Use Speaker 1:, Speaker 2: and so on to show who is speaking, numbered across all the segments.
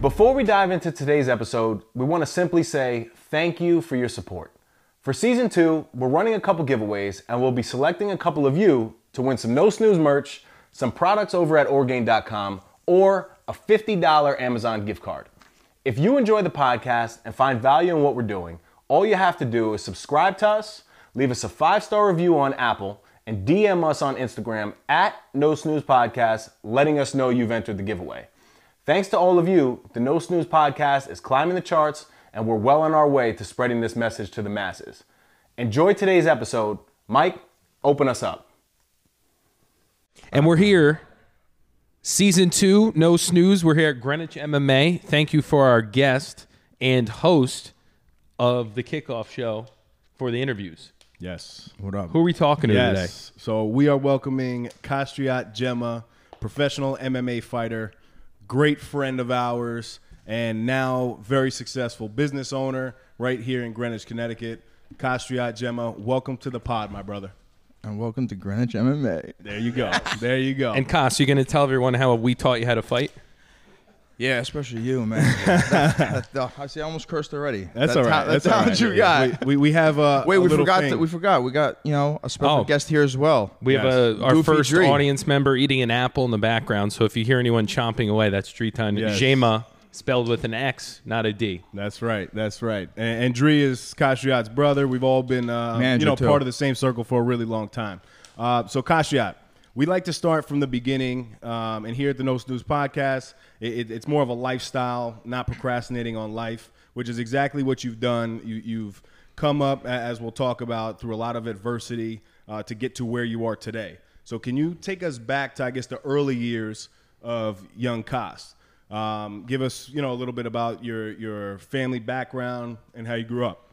Speaker 1: Before we dive into today's episode, we want to simply say thank you for your support. For season two, we're running a couple giveaways and we'll be selecting a couple of you to win some No Snooze merch, some products over at Orgain.com, or a $50 Amazon gift card. If you enjoy the podcast and find value in what we're doing, all you have to do is subscribe to us, leave us a five star review on Apple, and DM us on Instagram at No Snooze Podcast, letting us know you've entered the giveaway. Thanks to all of you, the No Snooze podcast is climbing the charts, and we're well on our way to spreading this message to the masses. Enjoy today's episode. Mike, open us up.
Speaker 2: And we're here, season two, no snooze. We're here at Greenwich MMA. Thank you for our guest and host of the kickoff show for the interviews.
Speaker 3: Yes.
Speaker 4: What up?
Speaker 2: Who are we talking to
Speaker 3: Yes. So we are welcoming Kastriat Gemma, professional MMA fighter, great friend of ours, and now very successful business owner right here in Greenwich, Connecticut. Kastriat Gemma, welcome to the pod, my brother.
Speaker 4: And welcome to Greenwich MMA.
Speaker 3: There you go. There you go.
Speaker 2: today? And Kos, you going to tell everyone how we taught you how to fight?
Speaker 4: Yeah, especially you, man. That- that- that- I see, I almost cursed already.
Speaker 3: that's all right.
Speaker 4: How, that's,
Speaker 3: all
Speaker 4: how
Speaker 3: right.
Speaker 4: you got.
Speaker 3: We, we, we have uh,
Speaker 4: Wait,
Speaker 3: a
Speaker 4: we
Speaker 3: little
Speaker 4: forgot
Speaker 3: thing.
Speaker 4: that we forgot. We got you know a special
Speaker 2: Oh.
Speaker 4: guest here as well.
Speaker 2: We have
Speaker 3: Yes.
Speaker 2: a, our
Speaker 4: Goofy
Speaker 2: first
Speaker 4: Dree.
Speaker 2: audience member eating an apple in the background. So if you hear anyone chomping away, that's Street Time
Speaker 3: Yes.
Speaker 2: Jema, spelled with an X, not a D.
Speaker 3: That's right. That's right. And Andrea is Kashiat's brother. We've all been, uh, you
Speaker 4: Manager,
Speaker 3: know,
Speaker 4: too.
Speaker 3: part of the same circle for a really long time. Uh, so Kashiat, we like to start from the beginning. Um, and here at the No Snooze podcast, it, it, it's more of a lifestyle, not procrastinating on life, which is exactly what you've done. You, you've come up, a- as we'll talk about, through a lot of adversity uh, to get to where you are today. So can you take us back to, I guess, the early years of young Kos? Um, give us, you know, a little bit about your your family background and how you grew up.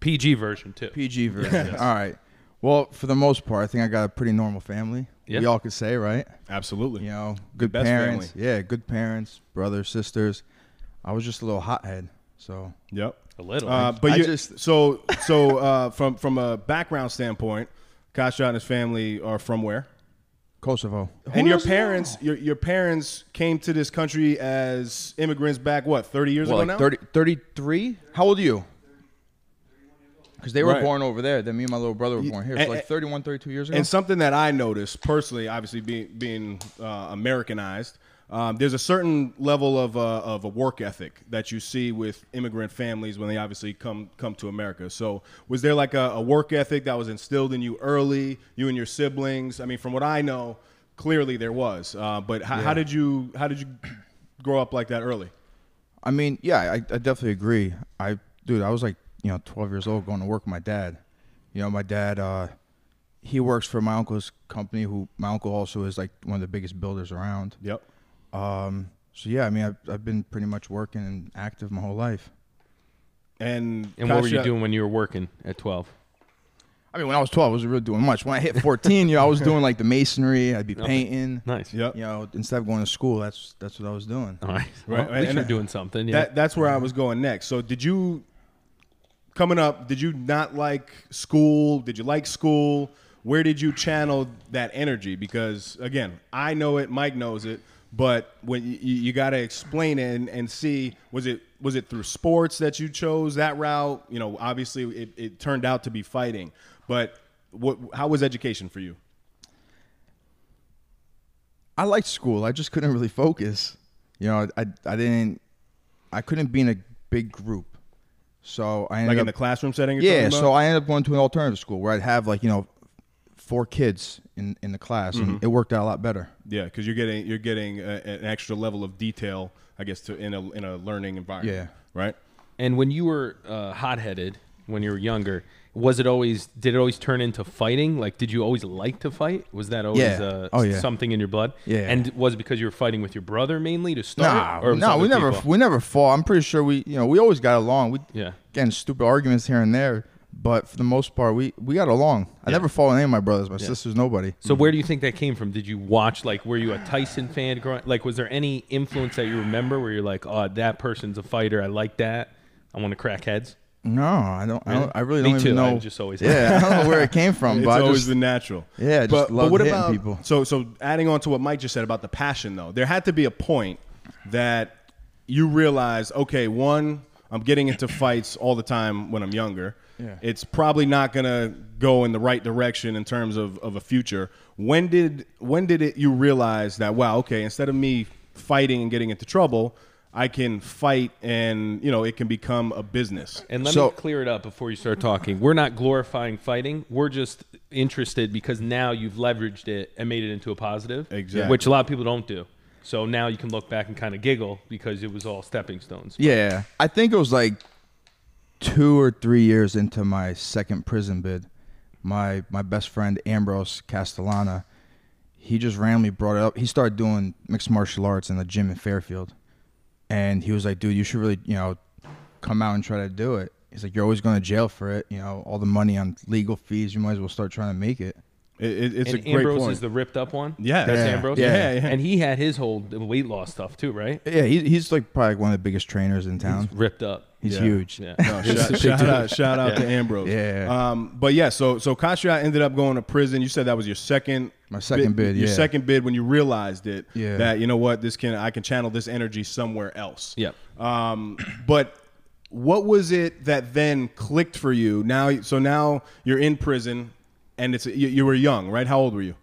Speaker 2: PG version, too.
Speaker 4: PG version. All right. Well, for the most part, I think I got a pretty normal family.
Speaker 2: Yeah.
Speaker 4: We all could say, right?
Speaker 3: Absolutely.
Speaker 4: You know, good
Speaker 3: best
Speaker 4: parents.
Speaker 3: family.
Speaker 4: Yeah, good parents, brothers, sisters. I was just a little hothead, so
Speaker 3: Yep.
Speaker 2: A little.
Speaker 3: Uh, but
Speaker 4: I
Speaker 3: you
Speaker 4: just-
Speaker 3: so so uh, from from a background standpoint, Kasha and his family are from where?
Speaker 4: Kosovo.
Speaker 3: and your parents, your your parents came to this country as immigrants back what thirty years
Speaker 4: Well,
Speaker 3: ago now.
Speaker 4: like 30, 33? How old are you? Because they were
Speaker 3: Right.
Speaker 4: born over there. Then me and my little brother were born here. So
Speaker 3: and-
Speaker 4: like 31, 32 years ago.
Speaker 3: And something that I noticed personally, obviously being being uh, Americanized, um, there's a certain level of uh, of a work ethic that you see with immigrant families when they obviously come come to America. So was there like a, a work ethic that was instilled in you early, you and your siblings? I mean, from what I know, clearly there was. Uh, but how, how did you how did you grow up like that early?
Speaker 4: I mean, yeah, I, I definitely agree. I, dude, I was like, you know, 12 years old going to work with my dad. You know, my dad, uh, he works for my uncle's company, who my uncle also is like one of the biggest builders around.
Speaker 3: Yep.
Speaker 4: Um, so yeah, I mean, I've, I've been pretty much working and active my whole life.
Speaker 3: And
Speaker 2: and what were you
Speaker 3: Kasha-
Speaker 2: doing when you were working at 12?
Speaker 4: I mean, when I was 12, I wasn't really doing much. When I hit 14, you know, I was doing like the masonry, I'd be painting.
Speaker 2: Nice.
Speaker 3: Yep.
Speaker 4: You know, instead of going to school, that's that's what I was doing.
Speaker 2: All right.
Speaker 3: Right,
Speaker 2: Well, at least
Speaker 3: and-
Speaker 2: you're doing something. Yeah.
Speaker 3: That, that's where I was going next. So, did you coming up? Did you not like school? Did you like school? Where did you channel that energy? Because again, I know it. Mike knows it. But when you, you got to explain it and, and see, was it was it through sports that you chose that route? You know, obviously it, it turned out to be fighting. But what? How was education for you?
Speaker 4: I liked school. I just couldn't really focus. You know, I I didn't I couldn't be in a big group. So I ended
Speaker 3: Like
Speaker 4: up
Speaker 3: in the classroom setting? You're
Speaker 4: Yeah,
Speaker 3: talking about?
Speaker 4: so I ended up going to an alternative school where I'd have like, you know, four kids in in the class
Speaker 3: Mm-hmm.
Speaker 4: and it worked out a lot better.
Speaker 3: Yeah, because you're getting you're getting a, an extra level of detail, I guess, to in a in a learning environment.
Speaker 4: Yeah.
Speaker 3: Right.
Speaker 2: and when you were uh, hot headed, when you were younger, was it always did it always turn into fighting? Like did you always like to fight? Was that always
Speaker 4: Yeah.
Speaker 2: uh,
Speaker 4: Oh, yeah.
Speaker 2: something in your blood?
Speaker 4: Yeah.
Speaker 2: And was it because you were fighting with your brother mainly to start?
Speaker 4: Nah,
Speaker 2: was
Speaker 4: nah,
Speaker 2: it
Speaker 4: we
Speaker 2: with
Speaker 4: never
Speaker 2: people?
Speaker 4: we never fought. I'm pretty sure we you know we always got along. We
Speaker 2: Yeah.
Speaker 4: getting stupid arguments here and there, but for the most part we we got along. I never fought with any of my brothers, my sisters, nobody.
Speaker 2: So where do you think that came from? Did you watch like were you a Tyson fan growing like was there any influence that you remember where you're like, "Oh, that person's a fighter. I like that. I want to crack heads."
Speaker 4: No, I don't. I, don't, I really
Speaker 2: Me
Speaker 4: don't even
Speaker 2: too. I
Speaker 4: know.
Speaker 2: just always-
Speaker 4: yeah, I don't know where it came from,
Speaker 3: It's
Speaker 4: but I
Speaker 3: always
Speaker 4: just,
Speaker 3: the natural.
Speaker 4: Yeah, just
Speaker 3: but, but
Speaker 4: loved
Speaker 3: what
Speaker 4: hitting
Speaker 3: about
Speaker 4: people.
Speaker 3: So so adding on to what Mike just said about the passion though, there had to be a point that you realized, okay, one, I'm getting into fights all the time when I'm younger.
Speaker 4: Yeah.
Speaker 3: It's probably not gonna go in the right direction in terms of, of a future. When did when did it you realize that wow, okay, instead of me fighting and getting into trouble, I can fight and you know it can become a business.
Speaker 2: And let
Speaker 4: So-
Speaker 2: me clear it up before you start talking. We're not glorifying fighting. We're just interested because now you've leveraged it and made it into a positive,
Speaker 3: Exactly.
Speaker 2: which a lot of people don't do. So now you can look back and kind of giggle because it was all stepping stones.
Speaker 4: Yeah, I think it was like two or three years into my second prison bid. My my best friend Ambrose Castellana, he just randomly brought it up. He started doing mixed martial arts in the gym in Fairfield, and he was like, "Dude, you should really you know come out and try to do it." He's like, "You're always going to jail for it. You know, all the money on legal fees. You might as well start trying to make it."
Speaker 3: It, it- it's a
Speaker 2: And
Speaker 3: great
Speaker 2: Ambrose
Speaker 3: point.
Speaker 2: is the ripped up one.
Speaker 3: Yeah.
Speaker 2: that's
Speaker 3: Yeah.
Speaker 2: Ambrose.
Speaker 3: Yeah, yeah.
Speaker 2: and he had his whole weight loss stuff too, right?
Speaker 4: Yeah, he, he's like probably one of the biggest trainers in town.
Speaker 2: Ripped up.
Speaker 4: He's
Speaker 3: Yeah.
Speaker 4: huge.
Speaker 2: Yeah.
Speaker 3: No, shout, Oh, shout out, shout out to Ambrose.
Speaker 4: Yeah.
Speaker 3: Um, but yeah, so so Kashyap ended up going to prison. You said that was your second
Speaker 4: My second bid,
Speaker 3: Your
Speaker 4: yeah.
Speaker 3: second bid when you realized it
Speaker 4: Yeah.
Speaker 3: that you know what, this can I can channel this energy somewhere else.
Speaker 2: Yep.
Speaker 3: Um, but what was it that then clicked for you? Now so now you're in prison and it's you, you were young, right? How old were you?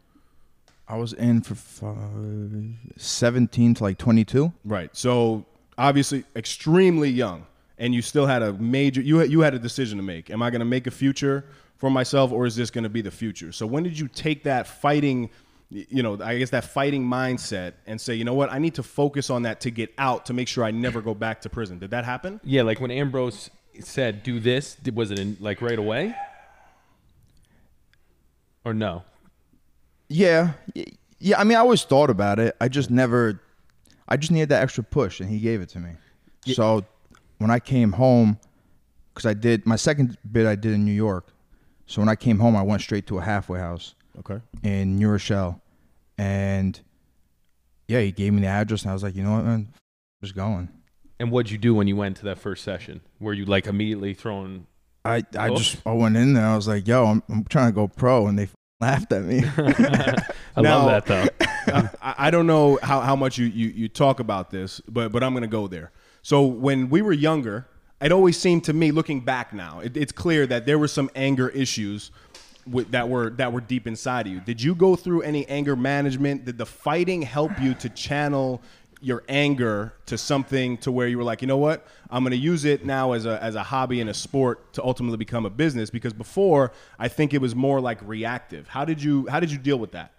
Speaker 4: I was in for five, 17 to like 22.
Speaker 3: Right. So obviously extremely young and you still had a major you had, you had a decision to make. Am I going to make a future for myself or is this going to be the future? So when did you take that fighting y- you know, I guess that fighting mindset and say, you know what, I need to focus on that to get out to make sure I never go back to prison. Did that happen?
Speaker 2: Yeah, like when Ambrose said, "Do this," did- was it in, like right away, or no?
Speaker 4: Yeah, Y- yeah. I mean, I always thought about it. I just never. I just needed that extra push, and he gave it to me. So when I came home, because I did my second bid, I did in New York. So when I came home, I went straight to a halfway house
Speaker 3: Okay.
Speaker 4: in New Rochelle, and yeah, he gave me the address, and I was like, you know what, man, F- just going.
Speaker 2: And what'd you do when you went to that first session? Were you like immediately thrown?
Speaker 4: I I
Speaker 3: Oh.
Speaker 2: Cool.
Speaker 4: just I went in there. I was like, yo, I'm, I'm trying to go pro, and they f- laughed at me.
Speaker 2: I
Speaker 3: Now-
Speaker 2: love that though.
Speaker 3: I, I don't know how, how much you, you, you talk about this, but but I'm gonna go there. So when we were younger, it always seemed to me, looking back now, it, it's clear that there were some anger issues with, that were that were deep inside of you. Did you go through any anger management? Did the fighting help you to channel your anger to something to where you were like, you know what, I'm gonna use it now as a as a hobby and a sport to ultimately become a business? Because before, I think it was more like reactive. How did you how did you deal with that?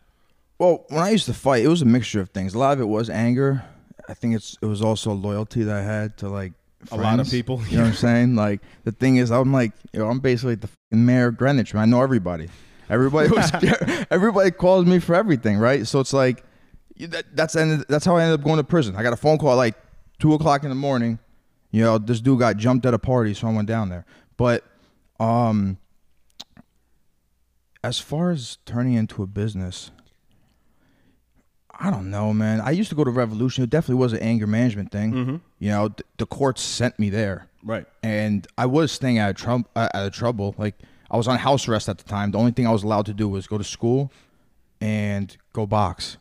Speaker 4: Well, when I used to fight, it was a mixture of things. A lot of it was anger. I think it's it was also loyalty that I had to like
Speaker 3: A lot of
Speaker 4: friends.
Speaker 3: people.
Speaker 4: You know what I'm saying? Like the thing is, I'm like, you know, I'm basically the fucking mayor of Greenwich. Man. I know everybody. Everybody was, everybody calls me for everything, right? So it's like you- that, that's ended, that's how I ended up going to prison. I got a phone call at like two o'clock in the morning. You know, this dude got jumped at a party, so I went down there. But um, as far as turning into a business, I don't know, man. I used to go to Revolution. It definitely was an anger management thing. You know, th- the courts sent me there.
Speaker 3: Mm-hmm. Right.
Speaker 4: And I was staying out of, Trump, uh, out of trouble. Like, I was on house arrest at the time. The only thing I was allowed to do was go to school and go box.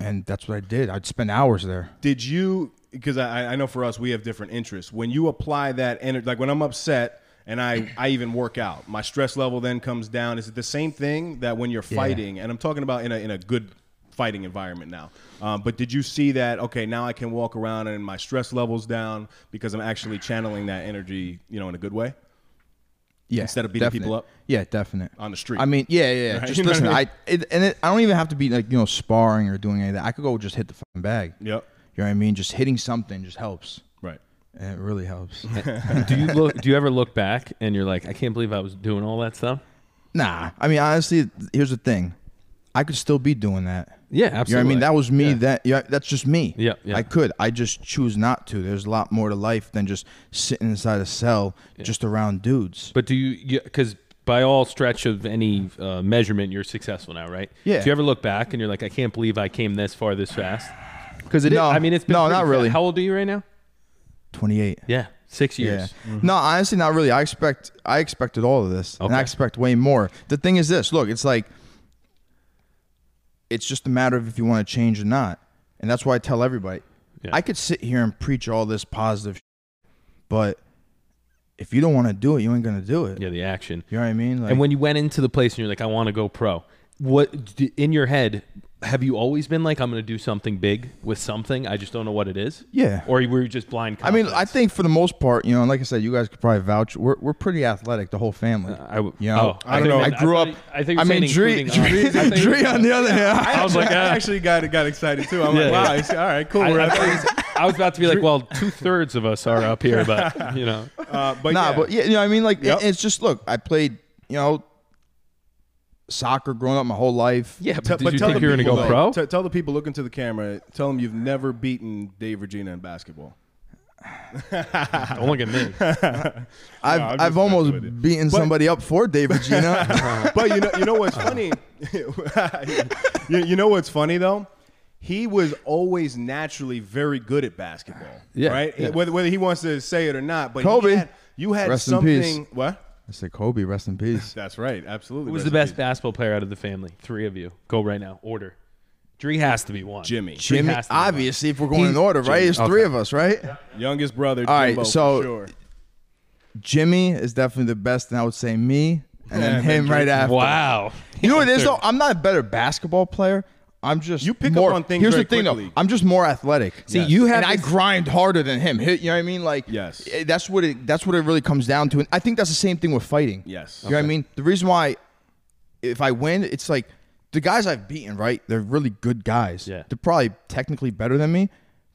Speaker 4: And that's what I did. I'd spend hours there.
Speaker 3: did you because I, I know for us we have different interests when you apply that energy like when i'm upset and I, I even work out my stress level then comes down is it the same thing that when you're fighting and i'm talking about in a, in a good fighting environment now um, but did you see that okay now i can walk around and my stress levels down because i'm actually channeling that energy you know in a good way
Speaker 4: Yeah,
Speaker 3: Instead of beating
Speaker 4: definite.
Speaker 3: people up?
Speaker 4: Yeah, definite.
Speaker 3: On the street.
Speaker 4: I mean, yeah, yeah. yeah.
Speaker 3: Right?
Speaker 4: Just
Speaker 3: You know what
Speaker 4: listen.
Speaker 3: I
Speaker 4: I,
Speaker 3: mean?
Speaker 4: it, and it, I don't even have to be like you know sparring or doing any of that. I could go just hit the fucking bag.
Speaker 3: Yep.
Speaker 4: You know what I mean? Just hitting something just helps.
Speaker 3: right
Speaker 4: and it really helps.
Speaker 2: do you look? Do you ever look back and you're like, I can't believe I was doing all that stuff?
Speaker 4: nah, I mean honestly, here's the thing, I could still be doing that.
Speaker 2: Yeah,
Speaker 4: You know what I
Speaker 2: absolutely.
Speaker 4: mean? That was me.
Speaker 2: Yeah.
Speaker 4: That yeah, that's just me.
Speaker 2: Yeah, yeah.
Speaker 4: I could. I just choose not to. There's a lot more to life than just sitting inside a cell, just around dudes.
Speaker 2: But do you? Because by all stretch of any uh, measurement, you're successful now, right?
Speaker 4: Yeah.
Speaker 2: Do you ever look back and you're like, I can't believe I came this far this fast? Because
Speaker 4: No.
Speaker 2: I mean, it's been
Speaker 4: No,
Speaker 2: pretty
Speaker 4: not
Speaker 2: fa-
Speaker 4: really.
Speaker 2: How old are you right now?
Speaker 4: 28.
Speaker 2: Yeah, six
Speaker 4: Yeah.
Speaker 2: years.
Speaker 4: No, honestly, not really. I expect. I expected all of this, and I
Speaker 2: Okay.
Speaker 4: expect way more. The thing is, this. Look, it's like. It's just a matter of if you want to change or not, and that's why I tell everybody.
Speaker 2: Yeah.
Speaker 4: I could sit here and preach all this positive, sh- but if you don't want to do it, you ain't gonna do it.
Speaker 2: Yeah, the action.
Speaker 4: You know what I mean? Like,
Speaker 2: and when you went into the place and you're like, I want to go pro, what d- in your head have you always been like, I'm going to do something big with something? I just don't know what it is.
Speaker 4: Yeah.
Speaker 2: Or were you just blind?
Speaker 4: I mean,
Speaker 2: Confidence?
Speaker 4: I think for the most part, you know, and like I said, you guys could probably vouch. We're, we're pretty athletic, the whole family.
Speaker 2: I w-
Speaker 4: you know,
Speaker 2: oh, I don't
Speaker 4: I,
Speaker 2: know.
Speaker 4: grew
Speaker 2: I
Speaker 4: up.
Speaker 2: thought- I think you
Speaker 4: I
Speaker 2: were
Speaker 4: mean,
Speaker 2: saying
Speaker 4: Dre,
Speaker 2: including
Speaker 4: Dre,
Speaker 2: us. I thought you were
Speaker 4: Dre on the other hand.
Speaker 2: I was like,
Speaker 3: I
Speaker 2: ah.
Speaker 3: actually got got excited too. I'm
Speaker 2: Yeah.
Speaker 3: like, wow, it's- all right, cool.
Speaker 2: I,
Speaker 3: We're
Speaker 2: I
Speaker 3: at
Speaker 2: was, I was about to be like, well, two thirds of us are up here, but you know,
Speaker 3: Uh, but
Speaker 4: nah,
Speaker 3: yeah.
Speaker 4: but yeah, you know, what I mean, like, it-
Speaker 3: Yep.
Speaker 4: it's just look. I played, you know, soccer growing up my whole life.
Speaker 2: yeah. But
Speaker 3: Tell-
Speaker 2: did
Speaker 3: but
Speaker 2: you
Speaker 3: tell
Speaker 2: think
Speaker 3: the
Speaker 2: you were going to
Speaker 3: people,
Speaker 2: go pro?
Speaker 3: though, t- tell the people looking to the camera. Tell them you've never beaten Dave Regina in basketball.
Speaker 2: Don't look at me.
Speaker 4: I've
Speaker 3: I'm just
Speaker 4: I've
Speaker 3: messing with you.
Speaker 4: almost beaten somebody up for Dave Regina.
Speaker 3: but you know, you know what's funny? you, you know what's funny though? He was always naturally very good at basketball.
Speaker 2: Yeah,
Speaker 3: Right.
Speaker 2: yeah.
Speaker 3: Whether whether he wants to say it or not, but
Speaker 4: Kobe.
Speaker 3: he had, you had
Speaker 4: Rest in
Speaker 3: something.
Speaker 4: peace.
Speaker 3: What?
Speaker 4: I said, Kobe, rest in peace.
Speaker 3: That's right. Absolutely.
Speaker 2: Who was
Speaker 3: Rest
Speaker 2: the
Speaker 3: in
Speaker 2: best
Speaker 3: peace.
Speaker 2: basketball player out of the family? Three of you. Go right now. Order. Dree has to be one.
Speaker 3: Jimmy.
Speaker 2: Dree
Speaker 4: Jimmy,
Speaker 2: has to be one.
Speaker 4: obviously, if we're going in order, right? It's three of us, right?
Speaker 3: Youngest brother.
Speaker 4: All right,
Speaker 3: Jimbo, for
Speaker 4: so-
Speaker 3: sure.
Speaker 4: Jimmy is definitely the best, and I would say me, and then
Speaker 3: and then
Speaker 4: him right after.
Speaker 2: Wow.
Speaker 4: You know what it is though? I'm not a better basketball player. I'm just
Speaker 3: You pick up
Speaker 4: more,
Speaker 3: on things
Speaker 4: Here's
Speaker 3: very
Speaker 4: the thing
Speaker 3: quickly.
Speaker 4: though. I'm just more athletic. See,
Speaker 2: you have
Speaker 4: and I
Speaker 2: this-
Speaker 4: grind harder than him. Hit, you know what I mean? Like
Speaker 3: Yes.
Speaker 4: eh, that's what it that's what it really comes down to. And I think that's the same thing with fighting.
Speaker 3: Yes.
Speaker 4: You know what I mean? The reason why if I win, it's like the guys I've beaten, right? They're really good guys.
Speaker 2: Yeah.
Speaker 4: They're probably technically better than me,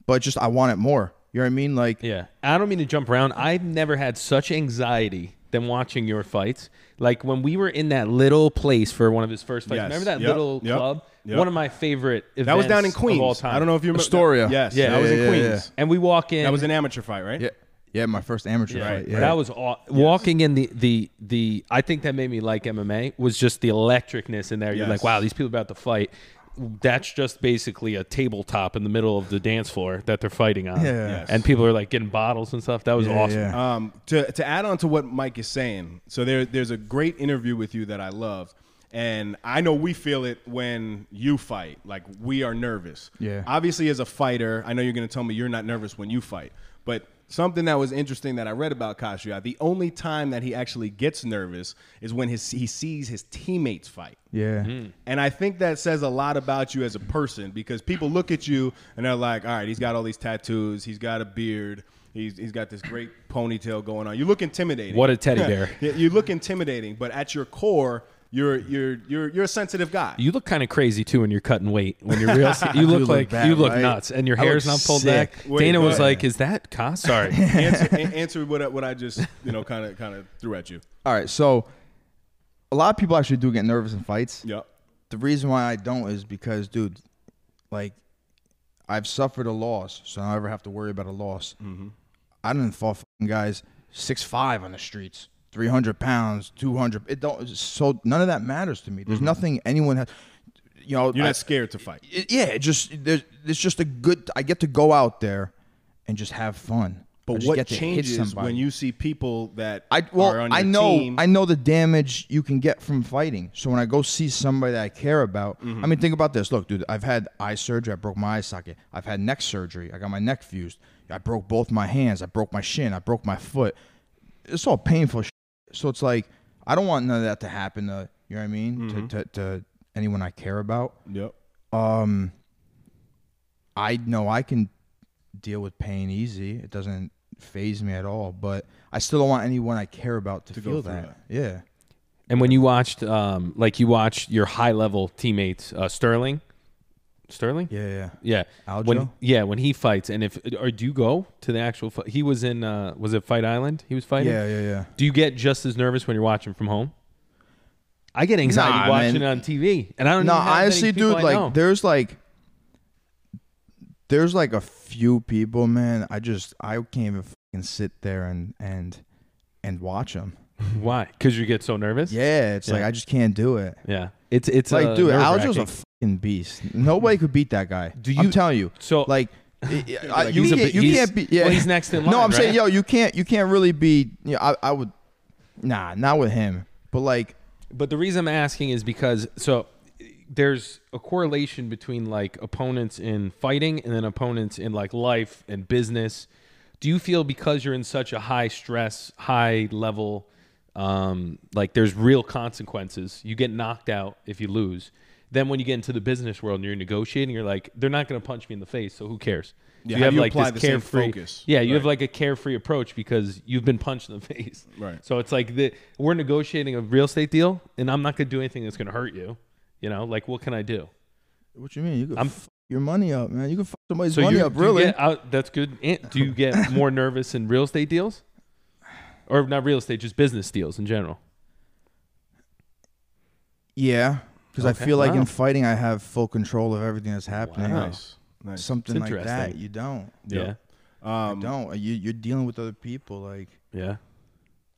Speaker 4: but just I want it more. You know what I mean? Like
Speaker 2: Yeah. I don't mean to jump around. I've never had such anxiety than watching your fights. Like when we were in that little place for one of his first fights.
Speaker 3: Yes.
Speaker 2: Remember that
Speaker 3: Yep.
Speaker 2: little
Speaker 3: Yep.
Speaker 2: club?
Speaker 3: Yep.
Speaker 2: One of my favorite events
Speaker 3: That was down in
Speaker 2: of all
Speaker 3: Queens.
Speaker 2: time.
Speaker 3: I don't know if you remember
Speaker 4: Astoria.
Speaker 3: Yes.
Speaker 2: Yeah.
Speaker 3: That was in
Speaker 4: Yeah, yeah, yeah,
Speaker 3: Queens.
Speaker 2: And we walk in.
Speaker 3: That was an amateur fight, right?
Speaker 4: yeah. Yeah, my first amateur
Speaker 2: Yeah.
Speaker 4: fight. Yeah.
Speaker 2: That was aw- walking in the the the. I think that made me like MMA was just the electricness in there. You're
Speaker 3: Yes.
Speaker 2: like, wow, these people about to fight. That's just basically a tabletop in the middle of the dance floor that they're fighting on.
Speaker 4: Yeah. Yes.
Speaker 2: And people are like getting bottles and stuff. That was
Speaker 4: Yeah,
Speaker 2: awesome.
Speaker 4: yeah.
Speaker 3: Um, to, to add on to what Mike is saying, so there, there's a great interview with you that I loved. And I know we feel it when you fight. Like, we are nervous.
Speaker 4: Yeah.
Speaker 3: Obviously, as a fighter, I know you're going to tell me you're not nervous when you fight. But something that was interesting that I read about Kashiat, the only time that he actually gets nervous is when his, he sees his teammates fight.
Speaker 4: Yeah.
Speaker 3: And I think that says a lot about you as a person because people look at you and they're like, all right, he's got all these tattoos, he's got a beard, he's, he's got this great ponytail going on. You look intimidating.
Speaker 2: What a teddy bear.
Speaker 3: Yeah, you look intimidating, but at your core, you're you're you're you're a sensitive guy.
Speaker 2: You look kind of crazy too when you're cutting weight. When you're real, you look,
Speaker 4: look
Speaker 2: like
Speaker 4: bad,
Speaker 2: you look
Speaker 4: right?
Speaker 2: nuts, and your
Speaker 4: I look
Speaker 2: hair's not pulled
Speaker 4: sick.
Speaker 2: back.
Speaker 3: Wait,
Speaker 2: Dana was
Speaker 3: what?
Speaker 2: like, "Is that cost?" Sorry,
Speaker 3: answer, a- answer what I, what I just you know kind of kind of threw at you.
Speaker 4: All right, so a lot of people actually do get nervous in fights.
Speaker 3: Yep.
Speaker 4: The reason why I don't is because, dude, like I've suffered a loss, so I never have to worry about a loss.
Speaker 3: Mm-hmm.
Speaker 4: I didn't fall guys six five on the streets, three hundred pounds, two hundred. It don't. it's So none of that matters to me. There's nothing anyone has. You know,
Speaker 3: Mm-hmm. You're
Speaker 4: I-
Speaker 3: not scared to fight.
Speaker 4: it- yeah, it just there's, it's just a good. I get to go out there and just have fun. I
Speaker 3: But
Speaker 4: just
Speaker 3: what
Speaker 4: get to hit
Speaker 3: changes
Speaker 4: somebody.
Speaker 3: when you see people that
Speaker 4: I well,
Speaker 3: are on your
Speaker 4: I know,
Speaker 3: team?
Speaker 4: I know the damage you can get from fighting. So when I go see somebody that I care about, I
Speaker 3: Mm-hmm.
Speaker 4: mean, think about this. Look, dude, I've had eye surgery. I broke my eye socket. I've had neck surgery. I got my neck fused. I broke both my hands. I broke my shin. I broke my foot. It's all painful. Shit. So it's like I don't want none of that to happen to you know what I mean
Speaker 3: Mm-hmm.
Speaker 4: to, to to anyone I care about.
Speaker 3: Yep.
Speaker 4: Um, I know I can deal with pain easy. It doesn't phase me at all, but I still don't want anyone I care about to,
Speaker 3: go
Speaker 4: feel
Speaker 3: through
Speaker 4: that. Yeah.
Speaker 2: And when you watched, um, like you watched your high level teammates, uh, Sterling, Sterling?
Speaker 4: Yeah, yeah.
Speaker 2: Yeah.
Speaker 4: Aljo?
Speaker 2: When yeah, when he fights and if or do you go to the actual fight? He was in uh was it Fight Island? He was fighting?
Speaker 4: Yeah, yeah, yeah.
Speaker 2: Do you get just as nervous when you're watching from home? I get anxiety
Speaker 4: Nah,
Speaker 2: watching
Speaker 4: man.
Speaker 2: it on TV. And I don't
Speaker 4: No,
Speaker 2: even have many
Speaker 4: honestly,
Speaker 2: people
Speaker 4: dude,
Speaker 2: I
Speaker 4: like
Speaker 2: know.
Speaker 4: there's like there's like a few people, man. I just I can't even fucking sit there and and and watch them.
Speaker 2: Why? Because you get so nervous?
Speaker 4: Yeah, it's like
Speaker 2: Yeah.
Speaker 4: I just can't do it.
Speaker 2: Yeah. It's it's
Speaker 4: like,
Speaker 2: uh,
Speaker 4: dude, Aljo's
Speaker 2: nerve-wracking.
Speaker 4: a fucking beast. Nobody could beat that guy.
Speaker 2: Do
Speaker 4: I'm
Speaker 2: you-
Speaker 4: telling you.
Speaker 2: So-
Speaker 4: like, I- I-
Speaker 2: Like,
Speaker 4: you,
Speaker 2: he's a
Speaker 4: can't,
Speaker 2: big-
Speaker 4: you
Speaker 2: he's-
Speaker 4: can't be. Yeah,
Speaker 2: well, he's next in
Speaker 4: No,
Speaker 2: line,
Speaker 4: I'm saying,
Speaker 2: right?
Speaker 4: yo, you can't. You can't really be. You know, I, I would. Nah, not with him. But like,
Speaker 2: But the reason I'm asking is because so there's a correlation between like opponents in fighting and then opponents in like life and business. Do you feel because you're in such a high stress, high level, um, like there's real consequences? You get knocked out if you lose. Then when you get into the business world and you're negotiating, you're like, they're not going to punch me in the face, so who cares?
Speaker 3: Yeah, how do you apply the same focus?
Speaker 2: Yeah, you have like a carefree approach because you've been punched in the face.
Speaker 3: Right.
Speaker 2: So it's like the, we're negotiating a real estate deal, and I'm not gonna do anything that's gonna hurt you. You know, like what can I do?
Speaker 4: what you mean? You could
Speaker 2: I'm-
Speaker 4: f- your money up, man. You can fuck somebody's
Speaker 2: So
Speaker 4: money
Speaker 2: you
Speaker 4: up,
Speaker 2: do you
Speaker 4: really.
Speaker 2: get out- that's good. And do you get more nervous in real estate deals, or not real estate, just business deals in general?
Speaker 4: yeah, because I
Speaker 2: Okay.
Speaker 4: feel like
Speaker 2: Wow.
Speaker 4: in fighting, I have full control of everything that's happening.
Speaker 2: Wow.
Speaker 3: Nice. Nice. Um,
Speaker 4: Something
Speaker 2: It's
Speaker 4: like that,
Speaker 2: interesting.
Speaker 4: you don't.
Speaker 2: Yeah,
Speaker 4: You don't. You, you're dealing with other people. Like,
Speaker 2: yeah.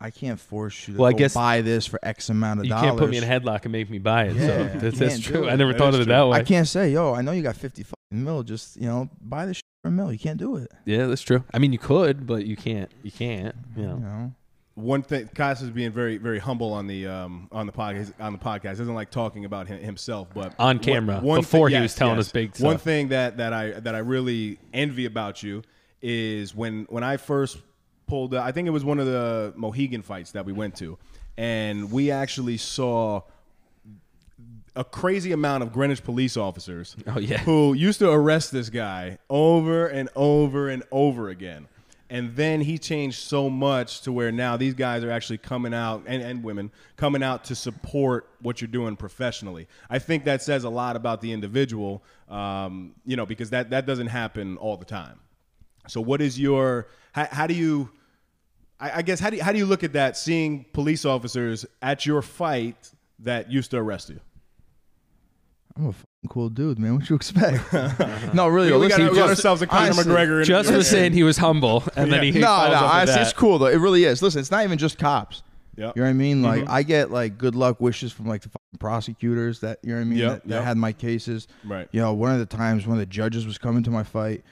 Speaker 4: I can't force you to
Speaker 2: Well, I
Speaker 4: go
Speaker 2: guess-
Speaker 4: buy this for X amount of
Speaker 2: You
Speaker 4: dollars.
Speaker 2: can't put me in a headlock and make me buy it.
Speaker 4: Yeah,
Speaker 2: so
Speaker 4: you
Speaker 2: that's, that's
Speaker 4: can't do
Speaker 2: true.
Speaker 4: it.
Speaker 2: I never
Speaker 3: That
Speaker 2: thought
Speaker 3: is
Speaker 2: of it
Speaker 3: true.
Speaker 2: that way.
Speaker 4: I can't say, yo, I know you got 50 fucking mil. Just, you know, buy this shit for a mil. You can't do it.
Speaker 2: Yeah, that's true. I mean, you could, but you can't. You can't. You know.
Speaker 4: You know?
Speaker 3: one thing Kais is being very very humble on the um on the podcast on the podcast doesn't like talking about him, himself but
Speaker 2: On
Speaker 3: one-
Speaker 2: camera,
Speaker 3: one
Speaker 2: before he was telling us big
Speaker 3: one
Speaker 2: stuff.
Speaker 3: thing that that I that I really envy about you is when when I first pulled I think it was one of the Mohegan fights that we went to and we actually saw a crazy amount of Greenwich police officers
Speaker 2: Oh, yeah.
Speaker 3: who used to arrest this guy over and over and over again. And then he changed so much to where now these guys are actually coming out and, and women coming out to support what you're doing professionally. I think that says a lot about the individual, um, you know, because that, that doesn't happen all the time. So what is your how, how do you I, I guess how do you, how do you look at that seeing police officers at your fight that used to arrest you?
Speaker 4: I'm a fucking cool dude, man. What you expect? no, really.
Speaker 3: We,
Speaker 4: yo,
Speaker 3: we
Speaker 4: listen,
Speaker 3: got, we got
Speaker 4: just-
Speaker 3: ourselves a Conor
Speaker 4: honestly,
Speaker 3: McGregor. in-
Speaker 2: Just was saying he was humble, and then he
Speaker 4: No, no,
Speaker 2: follows up with
Speaker 4: honestly,
Speaker 2: that.
Speaker 4: it's cool, though. It really is. Listen, it's not even just cops.
Speaker 3: Yep. Mm-hmm.
Speaker 4: You know what I mean? Like, I get, like, good luck wishes from, like, the fucking prosecutors that, you know what I mean?
Speaker 3: Yep,
Speaker 4: that, that
Speaker 3: yep.
Speaker 4: had my cases.
Speaker 3: Right.
Speaker 4: You know, one of the times one of the judges was coming to my fight.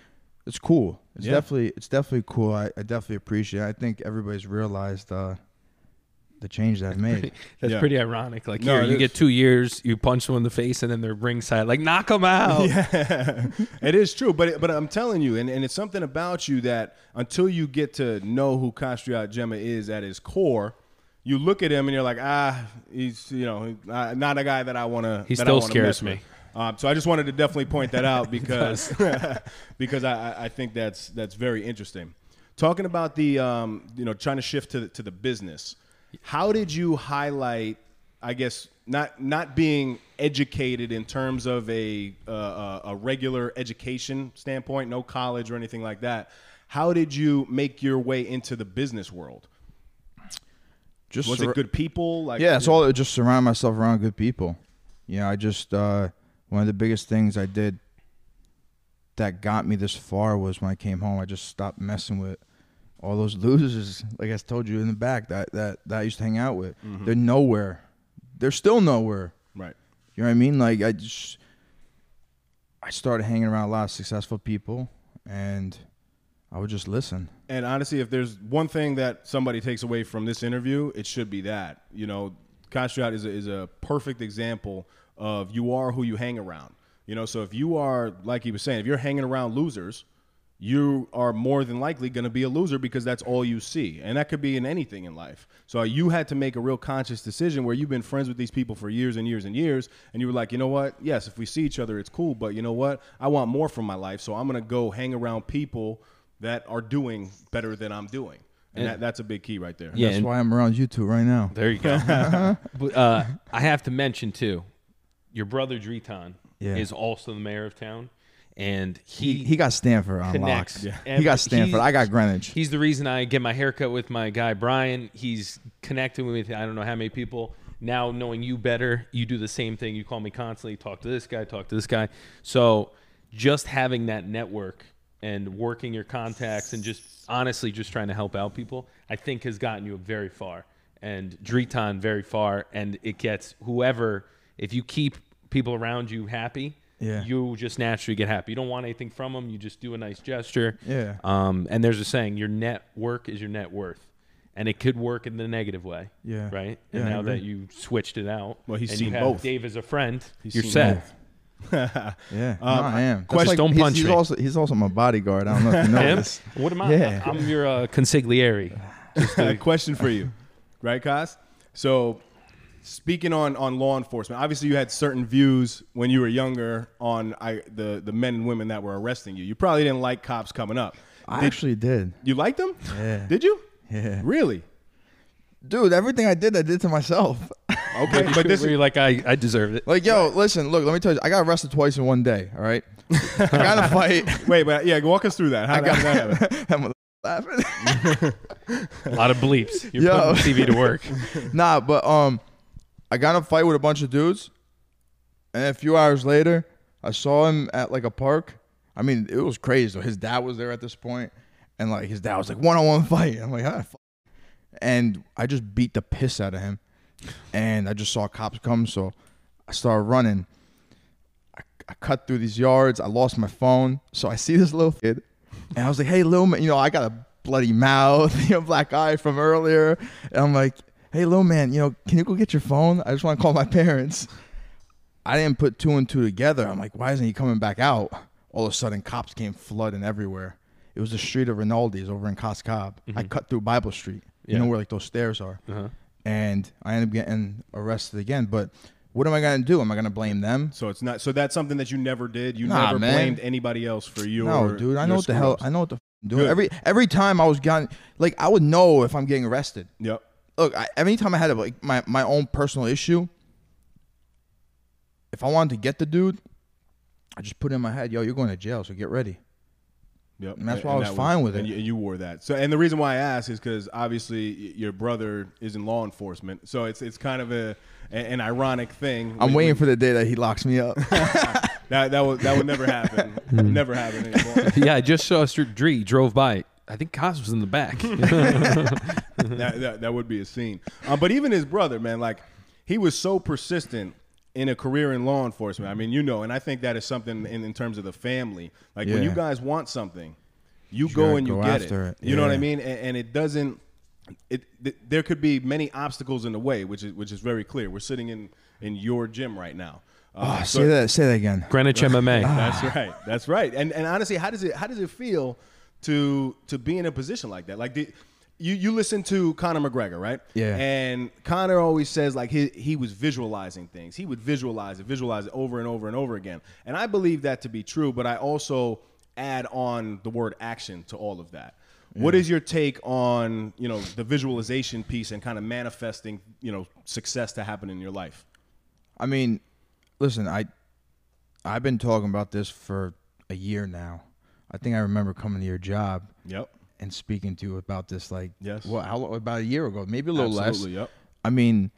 Speaker 4: It's cool. It's
Speaker 3: Yeah.
Speaker 4: definitely it's definitely cool. I, I definitely appreciate it. I think everybody's realized uh, the change that I've made.
Speaker 2: That's
Speaker 3: Yeah.
Speaker 2: pretty ironic. Like
Speaker 3: No,
Speaker 2: here,
Speaker 3: it
Speaker 2: you
Speaker 3: is.
Speaker 2: get two years, you punch them in the face, and then they're ringside. Like knock them out.
Speaker 3: it is true, but it, but I'm telling you, and, and it's something about you that until you get to know who Kastriot Gemma is at his core, you look at him and you're like, ah, he's you know uh, not a guy that I want to.
Speaker 2: He still scares me.
Speaker 3: Um, so I just wanted to definitely point that out because because I, I- I think that's that's very interesting. Talking about the um, you know trying to shift to the, to the business, how did you highlight? I guess not not being educated in terms of a uh, a- a regular education standpoint, no college or anything like that. How did you make your way into the business world?
Speaker 4: Just
Speaker 3: Was
Speaker 4: sur-
Speaker 3: it good people? Like
Speaker 4: Yeah, it's all just surround myself around good people. You know, I just uh, one of the biggest things I did that got me this far was when I came home. I just stopped messing with all those losers, like I told you in the back that that, that I used to hang out with.
Speaker 2: Mm-hmm.
Speaker 4: They're nowhere. They're still nowhere.
Speaker 3: right.
Speaker 4: You know what I mean? Like I just I started hanging around a lot of successful people and I would just listen.
Speaker 3: And honestly, if there's one thing that somebody takes away from this interview, it should be that. You know, Kostriot is a, is a perfect example of you are who you hang around. You know, so if you are, like he was saying, if you're hanging around losers, you are more than likely going to be a loser because that's all you see. And that could be in anything in life. So uh, you had to make a real conscious decision where you've been friends with these people for years and years and years. And you were like, you know what? Yes, if we see each other, it's cool. But you know what? I want more from my life. So I'm going to go hang around people that are doing better than I'm doing. And, that, that's a big key right there.
Speaker 2: Yeah,
Speaker 4: That's
Speaker 2: and-
Speaker 4: why I'm around you two right now.
Speaker 2: There you go. but, uh, I have to mention too, your brother Dreton
Speaker 4: Yeah.
Speaker 2: is also the mayor of town, and he
Speaker 4: He, he got Stanford on lock.
Speaker 2: connects.
Speaker 4: He
Speaker 2: every-
Speaker 4: got Stanford.
Speaker 2: he's-
Speaker 4: I got Greenwich.
Speaker 2: He's the reason I get my haircut with my guy Brian. He's connected with me. I don't know how many people. Now knowing you better, you do the same thing. You call me constantly. Talk to this guy. Talk to this guy. So just having that network and working your contacts and just honestly just trying to help out people, I think has gotten you very far and Driton very far. And it gets whoever if you keep people around you happy.
Speaker 4: Yeah.
Speaker 2: You just naturally get happy. You don't want anything from them. You just do a nice gesture.
Speaker 4: Yeah.
Speaker 2: Um, and there's a saying, your net work is your net worth. And it could work in the negative way.
Speaker 4: Yeah.
Speaker 2: Right? And
Speaker 4: Yeah, I
Speaker 2: now
Speaker 4: agree.
Speaker 2: that you switched it out,
Speaker 3: Well, he's
Speaker 2: and
Speaker 3: seen
Speaker 2: you have
Speaker 3: both.
Speaker 2: Dave as a friend, you're
Speaker 3: seen
Speaker 2: set.
Speaker 3: both.
Speaker 4: yeah, no, I am. That's
Speaker 2: question- don't
Speaker 4: he's,
Speaker 2: punch
Speaker 4: he's
Speaker 2: me.
Speaker 4: Also, he's also my bodyguard. I don't know if you know
Speaker 2: Him?
Speaker 4: this.
Speaker 2: What am I?
Speaker 4: Yeah.
Speaker 2: I'm your uh, consigliere.
Speaker 3: question for you, right, Cos? So, speaking on on law enforcement, obviously you had certain views when you were younger on I, the the men and women that were arresting you. You probably didn't like cops coming up.
Speaker 4: I
Speaker 3: Did-
Speaker 4: actually did.
Speaker 3: you liked them?
Speaker 4: Yeah.
Speaker 3: Did you?
Speaker 4: Yeah.
Speaker 3: Really?
Speaker 4: Dude, everything I did, I did to myself.
Speaker 3: Okay, but this
Speaker 2: Where you're like, I, I deserve it.
Speaker 4: Like, yo, listen, look, let me tell you, I got arrested twice in one day, all right? I got in a fight.
Speaker 3: wait, but yeah, walk us through that. How,
Speaker 4: got-
Speaker 3: did that happen?
Speaker 4: I'm laughing.
Speaker 2: A lot of bleeps. You're
Speaker 4: Yo.
Speaker 2: putting the TV to work.
Speaker 4: nah, but um, I got in a fight with a bunch of dudes, and a few hours later, I saw him at like a park. I mean, it was crazy. His dad was there at this point, and like his dad was like one on one fight. I'm like, ah, f-. and I just beat the piss out of him, and I just saw cops come, so I started running. I, I cut through these yards. I lost my phone, so I see this little kid, and I was like, "Hey, little man, you know, I got a bloody mouth, you know, black eye from earlier." And I'm like, "Hey, little man, you know, can you go get your phone? I just want to call my parents." I didn't put two and two together. I'm like, "Why isn't he coming back out?" All of a sudden, cops came flooding everywhere. It was the street of Rinaldi's over in Cos Cob. I cut through Bible Street. You know where like those stairs are. And I ended up getting arrested again. But what am I gonna do? Am I gonna blame them?
Speaker 3: So it's not. So that's something that you never did. You
Speaker 4: Nah,
Speaker 3: never
Speaker 4: man.
Speaker 3: blamed anybody else for your.
Speaker 4: No, dude, I
Speaker 3: your
Speaker 4: know what the hell.
Speaker 3: screw-ups.
Speaker 4: I know what the f- I'm doing.
Speaker 3: Good.
Speaker 4: Every every time I was getting like I would know if I'm getting arrested.
Speaker 3: Yep.
Speaker 4: Look, I, anytime I had like my my own personal issue, if I wanted to get the dude, I just put it in my head, yo, you're going to jail, so get ready.
Speaker 3: Yep.
Speaker 4: And that's why I was fine with
Speaker 3: and
Speaker 4: it.
Speaker 3: You, and you wore that. So, and the reason why I ask is because obviously y- your brother is in law enforcement, so it's it's kind of a a- an ironic thing.
Speaker 4: I'm
Speaker 3: We-
Speaker 4: waiting
Speaker 3: we-
Speaker 4: for the day that he locks me up.
Speaker 3: that. That would that would never happen. never happen anymore.
Speaker 2: yeah, I just saw Street Dree drove by. I think Cos was in the back.
Speaker 3: that, that that would be a scene. Um, but even his brother, man, like he was so persistent in a career in law enforcement. I mean, you know, and I think that is something in, in terms of the family. Like when
Speaker 4: Yeah.
Speaker 3: you guys want something, you,
Speaker 4: gotta
Speaker 3: go and you
Speaker 4: go
Speaker 3: get
Speaker 4: after
Speaker 3: it.
Speaker 4: it.
Speaker 3: You know what I
Speaker 4: Yeah.
Speaker 3: mean? And, and it doesn't. It th- there could be many obstacles in the way, which is which is very clear. We're sitting in in your gym right now. Uh,
Speaker 4: oh,
Speaker 3: so-
Speaker 4: say that. Say that again.
Speaker 2: Greenwich MMA.
Speaker 3: that's right. That's right. And and honestly, how does it how does it feel to to be in a position like that? Like the, you you listen to Conor McGregor, right?
Speaker 4: Yeah.
Speaker 3: And Conor always says like he he was visualizing things. He would visualize it, visualize it over and over and over again. And I believe that to be true, but I also add on the word action to all of that. What is your take on, you know, the visualization piece and kind of manifesting, you know, success to happen in your life?
Speaker 4: I mean, listen, I I've been talking about this for a year now. I think I remember coming to your job.
Speaker 3: Yep.
Speaker 4: and speaking to you about this like
Speaker 3: Yes.
Speaker 4: well how long, about a year ago maybe a little
Speaker 3: Absolutely,
Speaker 4: less
Speaker 3: yep.
Speaker 4: i mean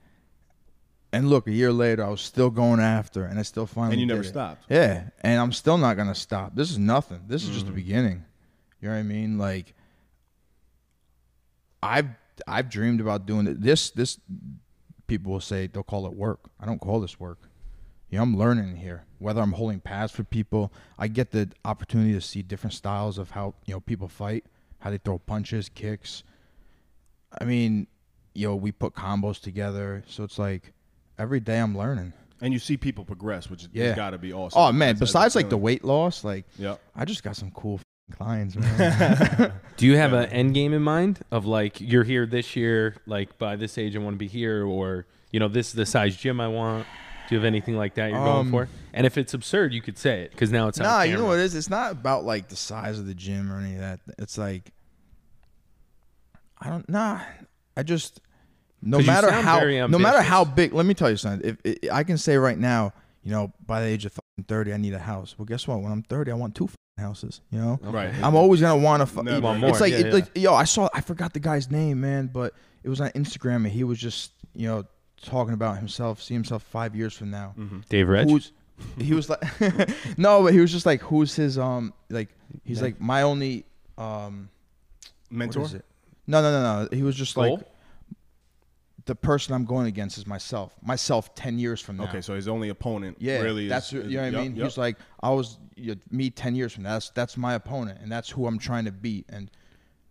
Speaker 4: and look a year later i was still going after and i still finally
Speaker 3: you never
Speaker 4: did it.
Speaker 3: stopped.
Speaker 4: yeah and i'm still not gonna stop this is nothing this is just
Speaker 3: Mm.
Speaker 4: the beginning you know what i mean like i've i've dreamed about doing it this this people will say they'll call it work i don't call this work you know, I'm learning here. Whether I'm holding pads for people, I get the opportunity to see different styles of how you know people fight, how they throw punches, kicks. I mean, you know, we put combos together, so it's like every day I'm learning.
Speaker 3: And you see people progress, which
Speaker 4: Yeah,
Speaker 3: has got to be awesome.
Speaker 4: Oh man!
Speaker 3: That's- that's
Speaker 4: Besides
Speaker 3: a
Speaker 4: like the
Speaker 3: feeling.
Speaker 4: weight loss, like
Speaker 3: Yep.
Speaker 4: I just got some cool f***ing clients, man.
Speaker 2: Do you have an end game in mind of like you're here this year, like by this age I want to be here, or you know this is the size gym I want? Do you have anything like that you're going
Speaker 4: Um,
Speaker 2: for? And if it's absurd, you could say it because now it's on
Speaker 4: nah, you
Speaker 2: camera.
Speaker 4: know what it is? It's not about like the size of the gym or any of that. It's like I don't nah. I just no
Speaker 2: 'Cause you
Speaker 4: matter
Speaker 2: sound
Speaker 4: how
Speaker 2: very
Speaker 4: no matter
Speaker 2: ambitious.
Speaker 4: how big. Let me tell you something. If, i I can say right now, you know, by the age of I'm 30, I need a house. Well, guess what? When I'm 30, I want two f***ing houses. You know,
Speaker 3: Right.
Speaker 4: I'm always gonna want to. Fu-
Speaker 3: Never. Want
Speaker 2: more,
Speaker 4: It's like,
Speaker 2: yeah,
Speaker 4: it-
Speaker 2: yeah.
Speaker 4: like, yo, I saw, I forgot the guy's name, man, but it was on Instagram, and he was just, you know, talking about himself, see himself five years from now.
Speaker 3: Mm-hmm.
Speaker 2: Dave Rich.
Speaker 4: Who's he was like, no, but he was just like, who's his um, like he's like my only um, what
Speaker 3: mentor.
Speaker 4: is it? No, no, no, no. He was just like
Speaker 2: Goal?
Speaker 4: the person I'm going against is myself. Myself ten years from now.
Speaker 3: Okay, so his only opponent.
Speaker 4: Yeah,
Speaker 3: really.
Speaker 4: that's
Speaker 3: is,
Speaker 4: who- you know what I
Speaker 3: yep,
Speaker 4: mean.
Speaker 3: yep.
Speaker 4: He's like, I was you know, me ten years from now. That's that's my opponent, and that's who I'm trying to beat. And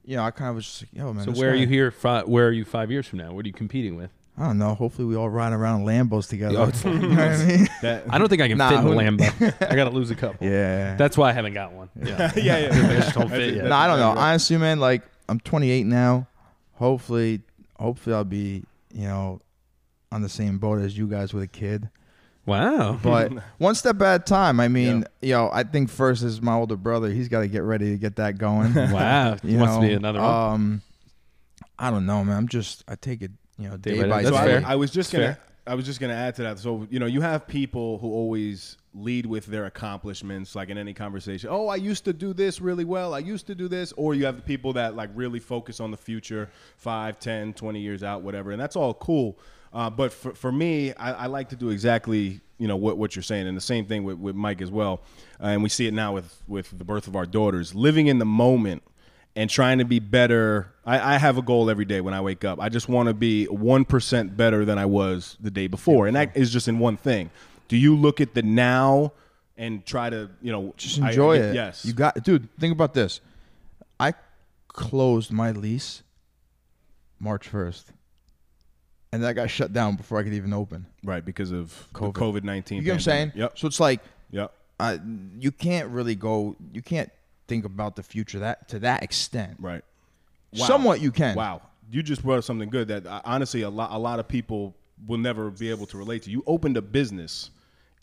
Speaker 4: you know, I kind of was just like, yo, man.
Speaker 2: So
Speaker 4: this
Speaker 2: where are
Speaker 4: guy-
Speaker 2: you here? Fi- where are you five years from now? What are you competing with?
Speaker 4: I don't know. Hopefully, we all ride around Lambos together.
Speaker 2: Yo, it's-
Speaker 4: you know what I mean?
Speaker 3: That-
Speaker 2: I don't think I can
Speaker 4: Nah,
Speaker 2: fit in a
Speaker 4: who-
Speaker 2: Lambo. I gotta lose a couple.
Speaker 4: Yeah.
Speaker 2: That's why I haven't got one. Yeah.
Speaker 3: yeah, yeah. That's
Speaker 2: don't fit
Speaker 3: it,
Speaker 2: yet.
Speaker 3: that's
Speaker 4: no, I don't know.
Speaker 3: exactly right.
Speaker 4: Honestly, man, like I'm 28 now. Hopefully, hopefully I'll be, you know, on the same boat as you guys with a kid.
Speaker 2: Wow.
Speaker 4: But one step at a time. I mean, you know, I think first is my older brother. He's got to get ready to get that going.
Speaker 2: Wow.
Speaker 4: You
Speaker 2: Wants to
Speaker 4: know,
Speaker 2: be another one.
Speaker 4: Um, I don't know, man. I'm just I take it, you know, day,
Speaker 2: by day.
Speaker 4: by
Speaker 2: That's
Speaker 3: so
Speaker 4: day.
Speaker 2: fair.
Speaker 3: I, I was just
Speaker 2: That's
Speaker 3: gonna I was just gonna add to that. So you know, you have people who always lead with their accomplishments, like in any conversation. Oh, I used to do this really well. I used to do this. Or you have the people that like really focus on the future, five, 10, 20 years out, whatever. And that's all cool. Uh, but for, for me, I, I like to do exactly you know what, what you're saying, and the same thing with, with Mike as well. Uh, and we see it now with with the birth of our daughters, living in the moment and trying to be better. I, I have a goal every day when I wake up. I just want to be 1% better than I was the day before. And that is just in one thing. Do you look at the now and try to, you know,
Speaker 4: just enjoy it.
Speaker 3: Yes.
Speaker 4: you got, dude. Think about this. I closed my lease March first, and that got shut down before I could even open.
Speaker 3: right. Because of
Speaker 4: COVID.
Speaker 3: COVID 19.
Speaker 4: You get what I'm saying?
Speaker 3: Yep.
Speaker 4: So it's like,
Speaker 3: Yep.
Speaker 4: uh, you can't really go. You can't think about the future that to that extent.
Speaker 3: Right.
Speaker 4: Somewhat you can.
Speaker 3: Wow. You just brought up something good that uh, honestly a lot a lot of people will never be able to relate to. You opened a business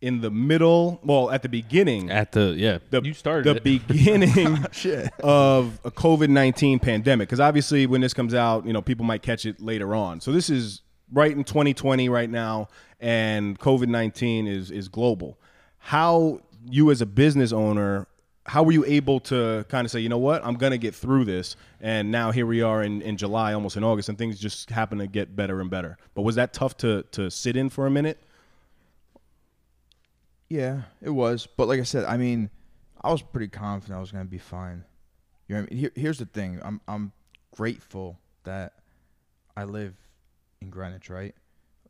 Speaker 3: in the middle, well, at the beginning
Speaker 2: At the yeah.
Speaker 3: the,
Speaker 2: you started
Speaker 3: the
Speaker 2: it.
Speaker 3: beginning of a COVID nineteen pandemic. Because obviously, when this comes out, you know people might catch it later on. So this is right in 2020 right now, and COVID nineteen is is global. How you as a business owner, how were you able to kind of say, you know what, I'm gonna get through this? And now here we are in, in July, almost in August, and things just happen to get better and better. But was that tough to to sit in for a minute?
Speaker 4: Yeah, it was. But like I said, I mean, I was pretty confident I was gonna be fine. You know what I mean? Here, here's the thing. I'm I'm grateful that I live in Greenwich, right?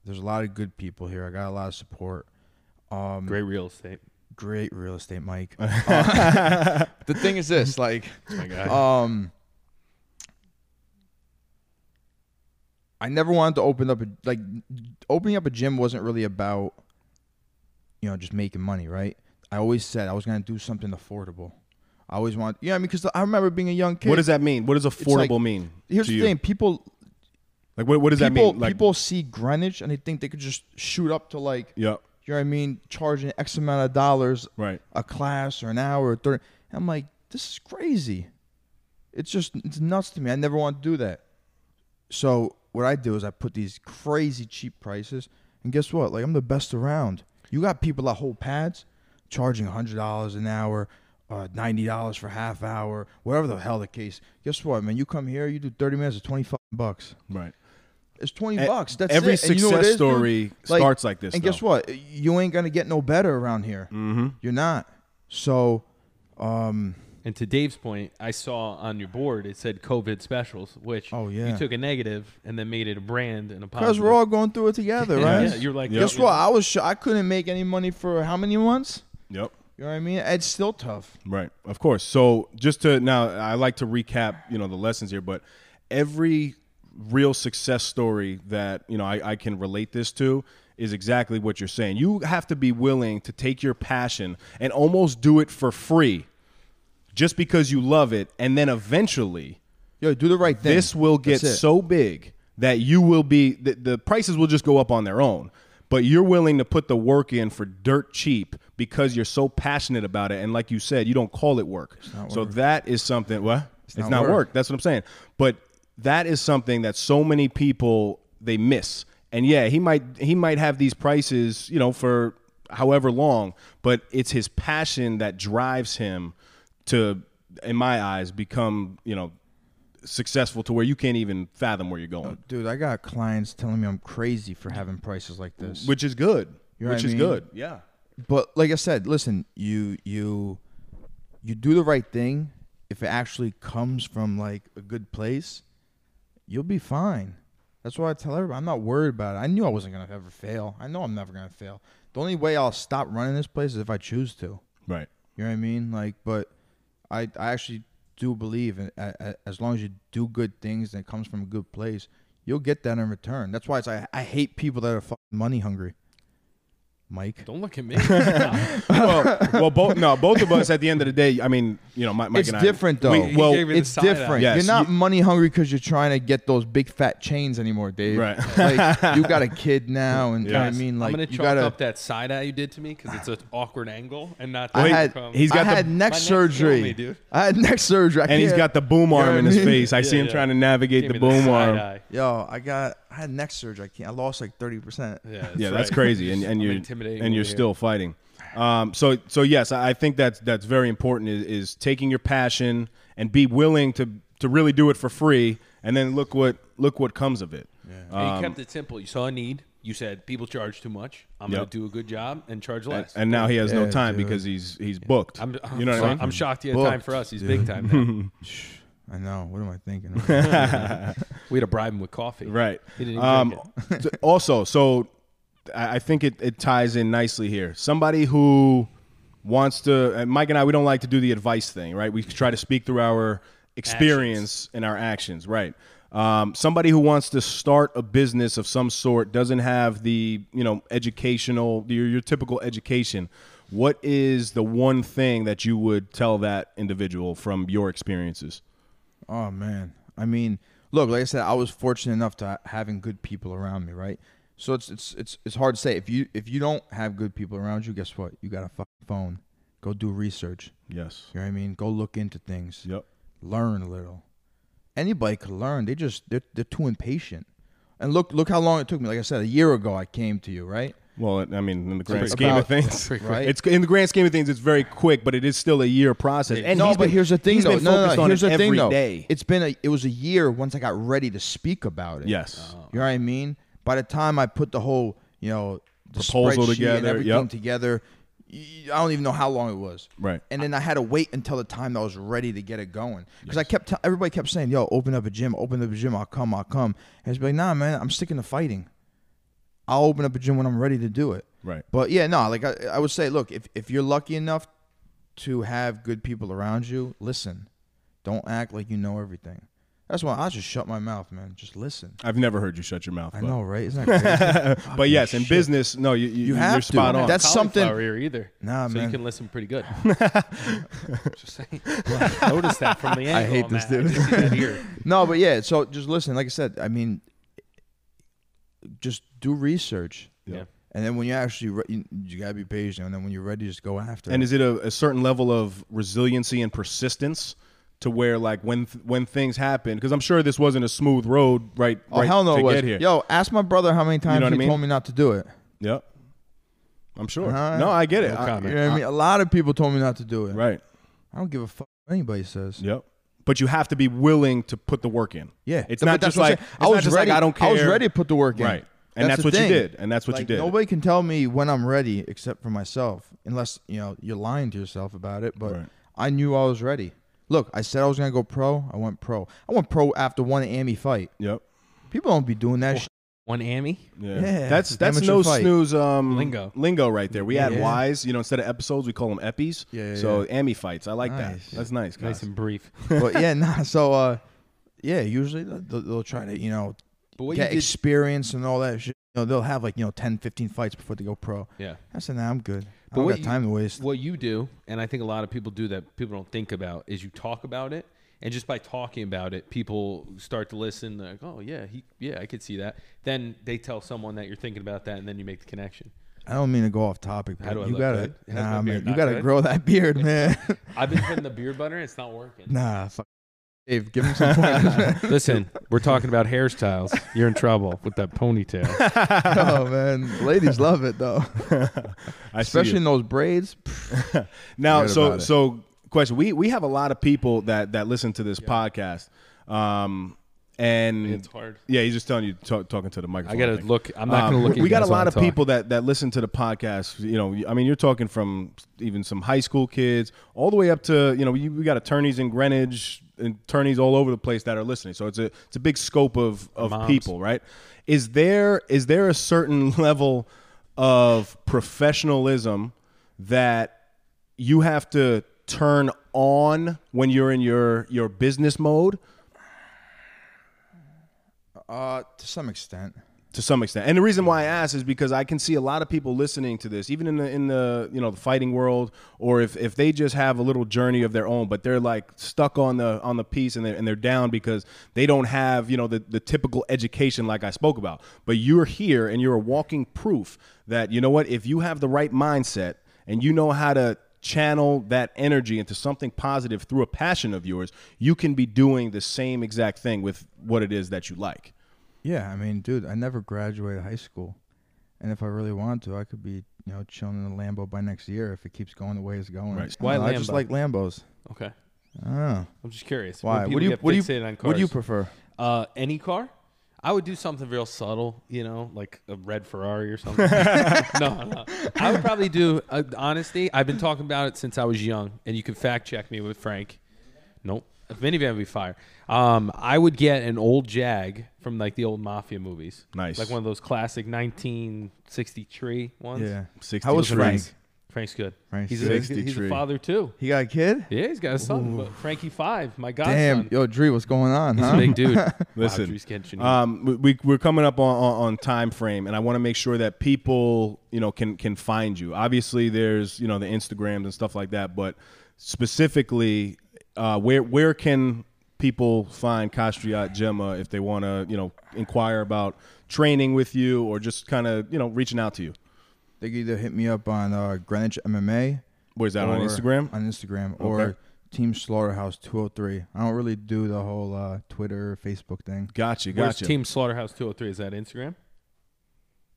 Speaker 4: There's a lot of good people here. I got a lot of support. Um,
Speaker 2: Great real estate.
Speaker 4: great real estate, Mike. Uh, the thing is this, like, um, I never wanted to open up a like opening up a gym wasn't really about you know just making money, right? I always said I was gonna do something affordable. I always wanted, you know, what I mean, because I remember being a young kid.
Speaker 3: What does that mean? What does affordable
Speaker 4: like-
Speaker 3: mean?
Speaker 4: Here's
Speaker 3: to
Speaker 4: the
Speaker 3: you?
Speaker 4: thing: people,
Speaker 3: Like what, what does
Speaker 4: people,
Speaker 3: that mean? Like,
Speaker 4: people see Greenwich and they think they could just shoot up to like,
Speaker 3: Yeah.
Speaker 4: you know what I mean, charging X amount of dollars
Speaker 3: Right.
Speaker 4: a class or an hour or 30 i'm like this is crazy it's just it's nuts to me i never want to do that so what i do is i put these crazy cheap prices and guess what like i'm the best around you got people that hold pads charging $100 an hour uh, $90 for half hour whatever the hell the case guess what man you come here you do 30 minutes at 20 fucking bucks
Speaker 3: Right.
Speaker 4: it's 20
Speaker 3: E-
Speaker 4: bucks. That's
Speaker 3: every
Speaker 4: it. And you know what
Speaker 3: success
Speaker 4: it is, dude?
Speaker 3: story starts like this,
Speaker 4: And guess
Speaker 3: though.
Speaker 4: what? You ain't gonna get no better around here. Mm-hmm. You're not. So, um,
Speaker 2: And to Dave's point, I saw on your board it said COVID specials, which
Speaker 4: Oh, yeah.
Speaker 2: you took a negative and then made it a brand and a
Speaker 4: cause
Speaker 2: positive.
Speaker 4: we're all going through it together,
Speaker 2: yeah,
Speaker 4: right?
Speaker 2: yeah, you're like
Speaker 4: guess
Speaker 2: you know,
Speaker 4: what? I was sh- I couldn't make any money for how many months?
Speaker 3: Yep.
Speaker 4: You know what I mean? It's still tough.
Speaker 3: Right. Of course. So just to now, I like to recap, you know, the lessons here, but every real success story that, you know, I, I can relate this to is exactly what you're saying. You have to be willing to take your passion and almost do it for free just because you love it. And then eventually,
Speaker 4: Yo, do the right thing.
Speaker 3: This will get
Speaker 4: That's it.
Speaker 3: so big that you will be the, the prices will just go up on their own. But you're willing to put the work in for dirt cheap because you're so passionate about it, and like you said, you don't call it work. So that is something. What? It's,
Speaker 4: not
Speaker 3: not
Speaker 4: work.
Speaker 3: work. That's what I'm saying. But that is something that so many people they miss. And yeah, he might he might have these prices, you know, for however long, but it's his passion that drives him to, in my eyes, become you know successful to where you can't even fathom where you're going,
Speaker 4: Dude, I got clients telling me I'm crazy for having prices like this.
Speaker 3: which is good.
Speaker 4: You know
Speaker 3: which
Speaker 4: what I
Speaker 3: is
Speaker 4: mean?
Speaker 3: good. Yeah.
Speaker 4: but like I said, listen, you you you do the right thing. If it actually comes from like a good place, you'll be fine. That's why I tell everybody I'm not worried about it. I knew I wasn't gonna ever fail. I know I'm never gonna fail. The only way I'll stop running this place is if I choose to.
Speaker 3: Right.
Speaker 4: You know what I mean? Like, but I I actually do believe in, a- a- as long as you do good things and it comes from a good place, you'll get that in return. That's why it's, I I hate people that are fucking money hungry. Mike,
Speaker 2: Don't look at me. He
Speaker 3: well, well, both no, both of us at the end of the day. I mean, you know, Mike, Mike
Speaker 4: it's
Speaker 3: and I.
Speaker 4: different though.
Speaker 3: We- well,
Speaker 2: gave me the
Speaker 4: it's
Speaker 2: side eye.
Speaker 4: different.
Speaker 3: Yes,
Speaker 4: you're not
Speaker 3: you-
Speaker 4: money hungry because you're trying to get those big fat chains anymore, Dave.
Speaker 3: Right.
Speaker 4: like you got a kid now, and you know what I
Speaker 3: Yes.
Speaker 4: mean, like
Speaker 2: I'm gonna
Speaker 4: you
Speaker 2: chalk
Speaker 4: gotta.
Speaker 2: up that side eye you did to me because it's an awkward angle and not.
Speaker 4: I
Speaker 2: the
Speaker 4: had
Speaker 2: problem.
Speaker 3: he's got
Speaker 4: I
Speaker 3: the-
Speaker 4: had neck
Speaker 2: neck
Speaker 4: surgery.
Speaker 2: killed me, dude.
Speaker 4: I had neck surgery. I
Speaker 3: and he's
Speaker 4: can't-
Speaker 3: got the boom
Speaker 4: You know
Speaker 3: arm
Speaker 4: what
Speaker 3: in
Speaker 4: I
Speaker 3: his
Speaker 4: mean?
Speaker 3: face. I see him
Speaker 2: yeah.
Speaker 3: trying to navigate
Speaker 2: Gave me
Speaker 3: the boom
Speaker 2: side
Speaker 3: arm.
Speaker 2: eye.
Speaker 4: Yo, I got I had neck surgery. I can't. I lost like thirty percent.
Speaker 2: Yeah,
Speaker 3: yeah,
Speaker 2: right.
Speaker 3: that's crazy, and and
Speaker 2: I'm
Speaker 3: you're
Speaker 2: intimidating
Speaker 3: and you're
Speaker 2: over here.
Speaker 3: still fighting. Um, so so yes, I I think that's that's very important is, is taking your passion and be willing to to really do it for free, and then look what look what comes of it. Uh,
Speaker 2: And
Speaker 3: um,
Speaker 2: you kept it simple. You saw a need. You said people charge too much. I'm
Speaker 3: Yep.
Speaker 2: gonna do a good job and charge less.
Speaker 3: And now he has no
Speaker 4: Yeah,
Speaker 3: time
Speaker 4: dude.
Speaker 3: because he's he's booked.
Speaker 2: I'm, I'm,
Speaker 3: you know what I mean?
Speaker 2: I'm shocked he had
Speaker 4: Booked,
Speaker 2: time for us. He's big time now.
Speaker 4: I know. What am I thinking?
Speaker 2: we had to bribe him with coffee.
Speaker 3: Right.
Speaker 2: He didn't
Speaker 3: Um, so- also, so I I think it, it ties in nicely here. Somebody who wants to, and Mike and I, we don't like to do the advice thing, right? We try to speak through our experience and our actions, right? Um, somebody who wants to start a business of some sort doesn't have the you know educational your, your typical education. What is the one thing that you would tell that individual from your experiences?
Speaker 4: Oh man, I mean, look, like I said, I was fortunate enough to ha- having good people around me, right? So it's it's it's it's hard to say if you if you don't have good people around you, guess what? You got a fucking phone. Go do research.
Speaker 3: Yes.
Speaker 4: You know what I mean? Go look into things.
Speaker 3: Yep.
Speaker 4: Learn a little. Anybody could learn. They just they're they're too impatient. And look look how long it took me. Like I said, a year ago I came to you, right?
Speaker 3: Well, I mean, in the grand
Speaker 4: pretty
Speaker 3: scheme of
Speaker 4: about-
Speaker 3: things,
Speaker 4: pretty quick. Right?
Speaker 3: It's in the grand scheme of things, it's very quick, but it is still a year process. And
Speaker 4: no,
Speaker 3: he's
Speaker 4: but
Speaker 3: been-
Speaker 4: here's the thing,
Speaker 3: he's
Speaker 4: though.
Speaker 3: been
Speaker 4: No, no,
Speaker 3: focused
Speaker 4: no,
Speaker 3: on
Speaker 4: Here's
Speaker 3: it
Speaker 4: the thing,
Speaker 3: every
Speaker 4: though.
Speaker 3: day.
Speaker 4: It's been a it was a year once I got ready to speak about it.
Speaker 3: Yes.
Speaker 4: You know what I mean? By the time I put the whole, you know, the
Speaker 3: Proposal
Speaker 4: spreadsheet and
Speaker 3: together,
Speaker 4: everything
Speaker 3: yep.
Speaker 4: together, y- I don't even know how long it was.
Speaker 3: Right.
Speaker 4: And then I had to wait until the time that I was ready to get it going. Because I kept, tell everybody kept saying, yo, open up a gym, open up a gym, I'll come, I'll come. And it's like, nah, man, I'm sticking to fighting. I'll open up a gym when I'm ready to do it.
Speaker 3: Right.
Speaker 4: But yeah, no, like I, I would say, look, if, if you're lucky enough to have good people around you, listen. Don't act like you know everything. That's why I just shut my mouth, man. Just listen.
Speaker 3: I've never heard you shut your mouth.
Speaker 4: I
Speaker 3: but-
Speaker 4: know, right? Isn't that crazy?
Speaker 3: But yes, in business, no, you, you,
Speaker 4: You
Speaker 3: are
Speaker 4: have to.
Speaker 3: spot
Speaker 4: No,
Speaker 3: on.
Speaker 4: that's something-
Speaker 2: cauliflower ear either.
Speaker 4: Nah,
Speaker 2: so
Speaker 4: man.
Speaker 2: you can listen pretty good. Just saying. Notice that from the angle.
Speaker 4: hate
Speaker 2: I'm
Speaker 4: this
Speaker 2: at.
Speaker 4: dude.
Speaker 2: I just see that ear.
Speaker 4: no, but yeah. So just listen. Like I said, I mean, just do research.
Speaker 2: Yeah.
Speaker 4: And then when you actually, re- you, you gotta be patient. And then when you're ready, just go after.
Speaker 3: and
Speaker 4: it.
Speaker 3: is it a, a certain level of resiliency and persistence to where, like, when th- when things happen? Because I'm sure this wasn't a smooth road, right?
Speaker 4: oh
Speaker 3: right,
Speaker 4: hell no,
Speaker 3: to
Speaker 4: it was.
Speaker 3: get here.
Speaker 4: Yo, ask my brother how many times
Speaker 3: what I
Speaker 4: he
Speaker 3: mean?
Speaker 4: told me not to do it.
Speaker 3: Yep. I'm sure.
Speaker 4: Uh-huh.
Speaker 3: No, I get it. I-
Speaker 4: You know what I mean? A lot of people told me not to do it.
Speaker 3: right.
Speaker 4: I don't give a fuck what anybody says.
Speaker 3: Yep. But you have to be willing to put the work in.
Speaker 4: Yeah,
Speaker 3: It's
Speaker 4: But
Speaker 3: not
Speaker 4: that's
Speaker 3: just
Speaker 4: what I'm
Speaker 3: like
Speaker 4: saying.
Speaker 3: it's not just like, I don't care.
Speaker 4: I was ready to put the work in.
Speaker 3: Right. And that's
Speaker 4: the
Speaker 3: what you
Speaker 4: thing.
Speaker 3: did, and that's what you
Speaker 4: Like,
Speaker 3: did.
Speaker 4: Nobody can tell me when I'm ready except for myself, unless you know you're lying to yourself about it. But
Speaker 3: Right.
Speaker 4: I knew I was ready. Look, I said I was gonna go pro. I went pro. I went pro after one Amy fight.
Speaker 3: Yep.
Speaker 4: People don't be doing that. shit.
Speaker 2: One Amy.
Speaker 3: Yeah.
Speaker 4: Yeah.
Speaker 3: That's that's
Speaker 4: Amateur
Speaker 3: no
Speaker 4: fight.
Speaker 3: snooze um,
Speaker 2: Lingo.
Speaker 3: lingo right there. We had
Speaker 4: Yeah.
Speaker 3: Ys, you know, instead of episodes, we call them Eppies.
Speaker 4: Yeah, yeah,
Speaker 3: so Ami fights. I like
Speaker 4: Nice.
Speaker 3: that. That's nice.
Speaker 2: Nice
Speaker 3: Guys.
Speaker 2: and brief.
Speaker 4: but yeah, nah. So uh, yeah, usually they'll, they'll try to you know
Speaker 2: But what
Speaker 4: get
Speaker 2: you did,
Speaker 4: experience and all that shit. You know, they'll have like you know 10, 15 fights before they go pro.
Speaker 2: yeah.
Speaker 4: I said, nah, I'm good.
Speaker 2: But
Speaker 4: I don't
Speaker 2: what
Speaker 4: got
Speaker 2: you-
Speaker 4: time to waste.
Speaker 2: What you do, and I think a lot of people do that people don't think about, is you talk about it, and just by talking about it, people start to listen. Like, oh yeah, he, yeah, I could see that. Then they tell someone that you're thinking about that, and then you make the connection.
Speaker 4: I don't mean to go off topic, but
Speaker 2: How do I
Speaker 4: you
Speaker 2: look
Speaker 4: gotta,
Speaker 2: good? How's my
Speaker 4: nah,
Speaker 2: beard
Speaker 4: man,
Speaker 2: not
Speaker 4: you gotta
Speaker 2: good?
Speaker 4: grow that beard, man.
Speaker 2: I've been putting the beard butter; in, it's not working.
Speaker 4: nah, fuck. Dave, give him some pointers.
Speaker 2: Listen, we're talking about hairstyles. You're in trouble with that ponytail.
Speaker 4: oh man, ladies love it though,
Speaker 3: I see you.
Speaker 4: especially in those braids.
Speaker 3: now
Speaker 4: Forget
Speaker 3: so
Speaker 4: about it.
Speaker 3: so question we we have a lot of people that that listen to this podcast um and
Speaker 2: It's hard.
Speaker 3: yeah he's just telling you talk, talking to the microphone
Speaker 2: I gotta
Speaker 3: think.
Speaker 2: look. I'm not
Speaker 3: Um,
Speaker 2: gonna look.
Speaker 3: we-
Speaker 2: at
Speaker 3: we
Speaker 2: you
Speaker 3: got a
Speaker 2: guys while
Speaker 3: lot
Speaker 2: I
Speaker 3: of
Speaker 2: talk.
Speaker 3: people that that listen to the podcast you know i mean you're talking from even some high school kids all the way up to you know you, we got attorneys in greenwich and attorneys all over the place that are listening so it's a it's a big scope of of people right is there is there a certain level of professionalism that you have to turn on when you're in your your business mode
Speaker 4: Uh, to some extent.
Speaker 3: to some extent. And the reason why I
Speaker 4: Mm-hmm.
Speaker 3: ask is because I can see a lot of people listening to this, even in the in the you know the fighting world, or if if they just have a little journey of their own, but they're like stuck on the on the piece and they're and they're down because they don't have you know the the typical education like I spoke about. But you're here and you're a walking proof that you know what if you have the right mindset and you know how to channel that energy into something positive through a passion of yours you can be doing the same exact thing with what it is that you like
Speaker 4: Yeah, I mean, dude, I never graduated high school, and if I really wanted to, I could be, you know, chilling in a Lambo by next year if it keeps going the way it's going.
Speaker 3: Right.
Speaker 2: Why
Speaker 4: I, don't know, I just
Speaker 2: Lambo?
Speaker 4: like Lambos.
Speaker 2: Okay,
Speaker 4: I don't know.
Speaker 2: I'm just curious. When
Speaker 4: Oh. Why?
Speaker 2: people
Speaker 4: What do you
Speaker 2: get
Speaker 4: what do you
Speaker 2: fixated on
Speaker 4: what do you
Speaker 2: cars.
Speaker 4: prefer?
Speaker 2: Uh, any car? I would do something real subtle, you know, like a red Ferrari or something. no, no, I would probably do. Uh, honestly, I've been talking about it since I was young, and you can fact check me with Frank. Nope, a minivan would be fire. Um, I would get an old Jag from like the old mafia movies.
Speaker 3: Nice.
Speaker 2: like one of those classic 1963 ones.
Speaker 4: Yeah,
Speaker 3: 60
Speaker 4: how was
Speaker 3: trees.
Speaker 4: Frank?
Speaker 2: Frank's good.
Speaker 4: Frank's
Speaker 2: he's a,
Speaker 3: 60
Speaker 2: he's a
Speaker 3: tree.
Speaker 2: father too.
Speaker 4: He got a kid.
Speaker 2: Yeah, he's got a son, but Frankie Five, my godson.
Speaker 4: Damn, yo, Dree, what's going on?
Speaker 2: He's
Speaker 4: huh?
Speaker 2: a big dude. Wow,
Speaker 3: Listen,
Speaker 2: Drew's catching heat.
Speaker 3: um, we- we, we're coming up on, on, on time frame, and I want to make sure that people, you know, can can find you. Obviously, there's you know the Instagrams and stuff like that, but specifically, uh, where where can people find Castriot Gemma if they want to, you know, inquire about training with you or just kind of you know reaching out to you?
Speaker 4: They can either hit me up on uh, Greenwich MMA.
Speaker 3: Where's that on
Speaker 4: or-
Speaker 3: Instagram?
Speaker 4: On Instagram or Team Slaughterhouse 203. I don't really do the whole uh, Twitter, Facebook thing.
Speaker 3: Gotcha,
Speaker 2: Where's
Speaker 3: gotcha.
Speaker 2: Team Slaughterhouse 203? Is that Instagram?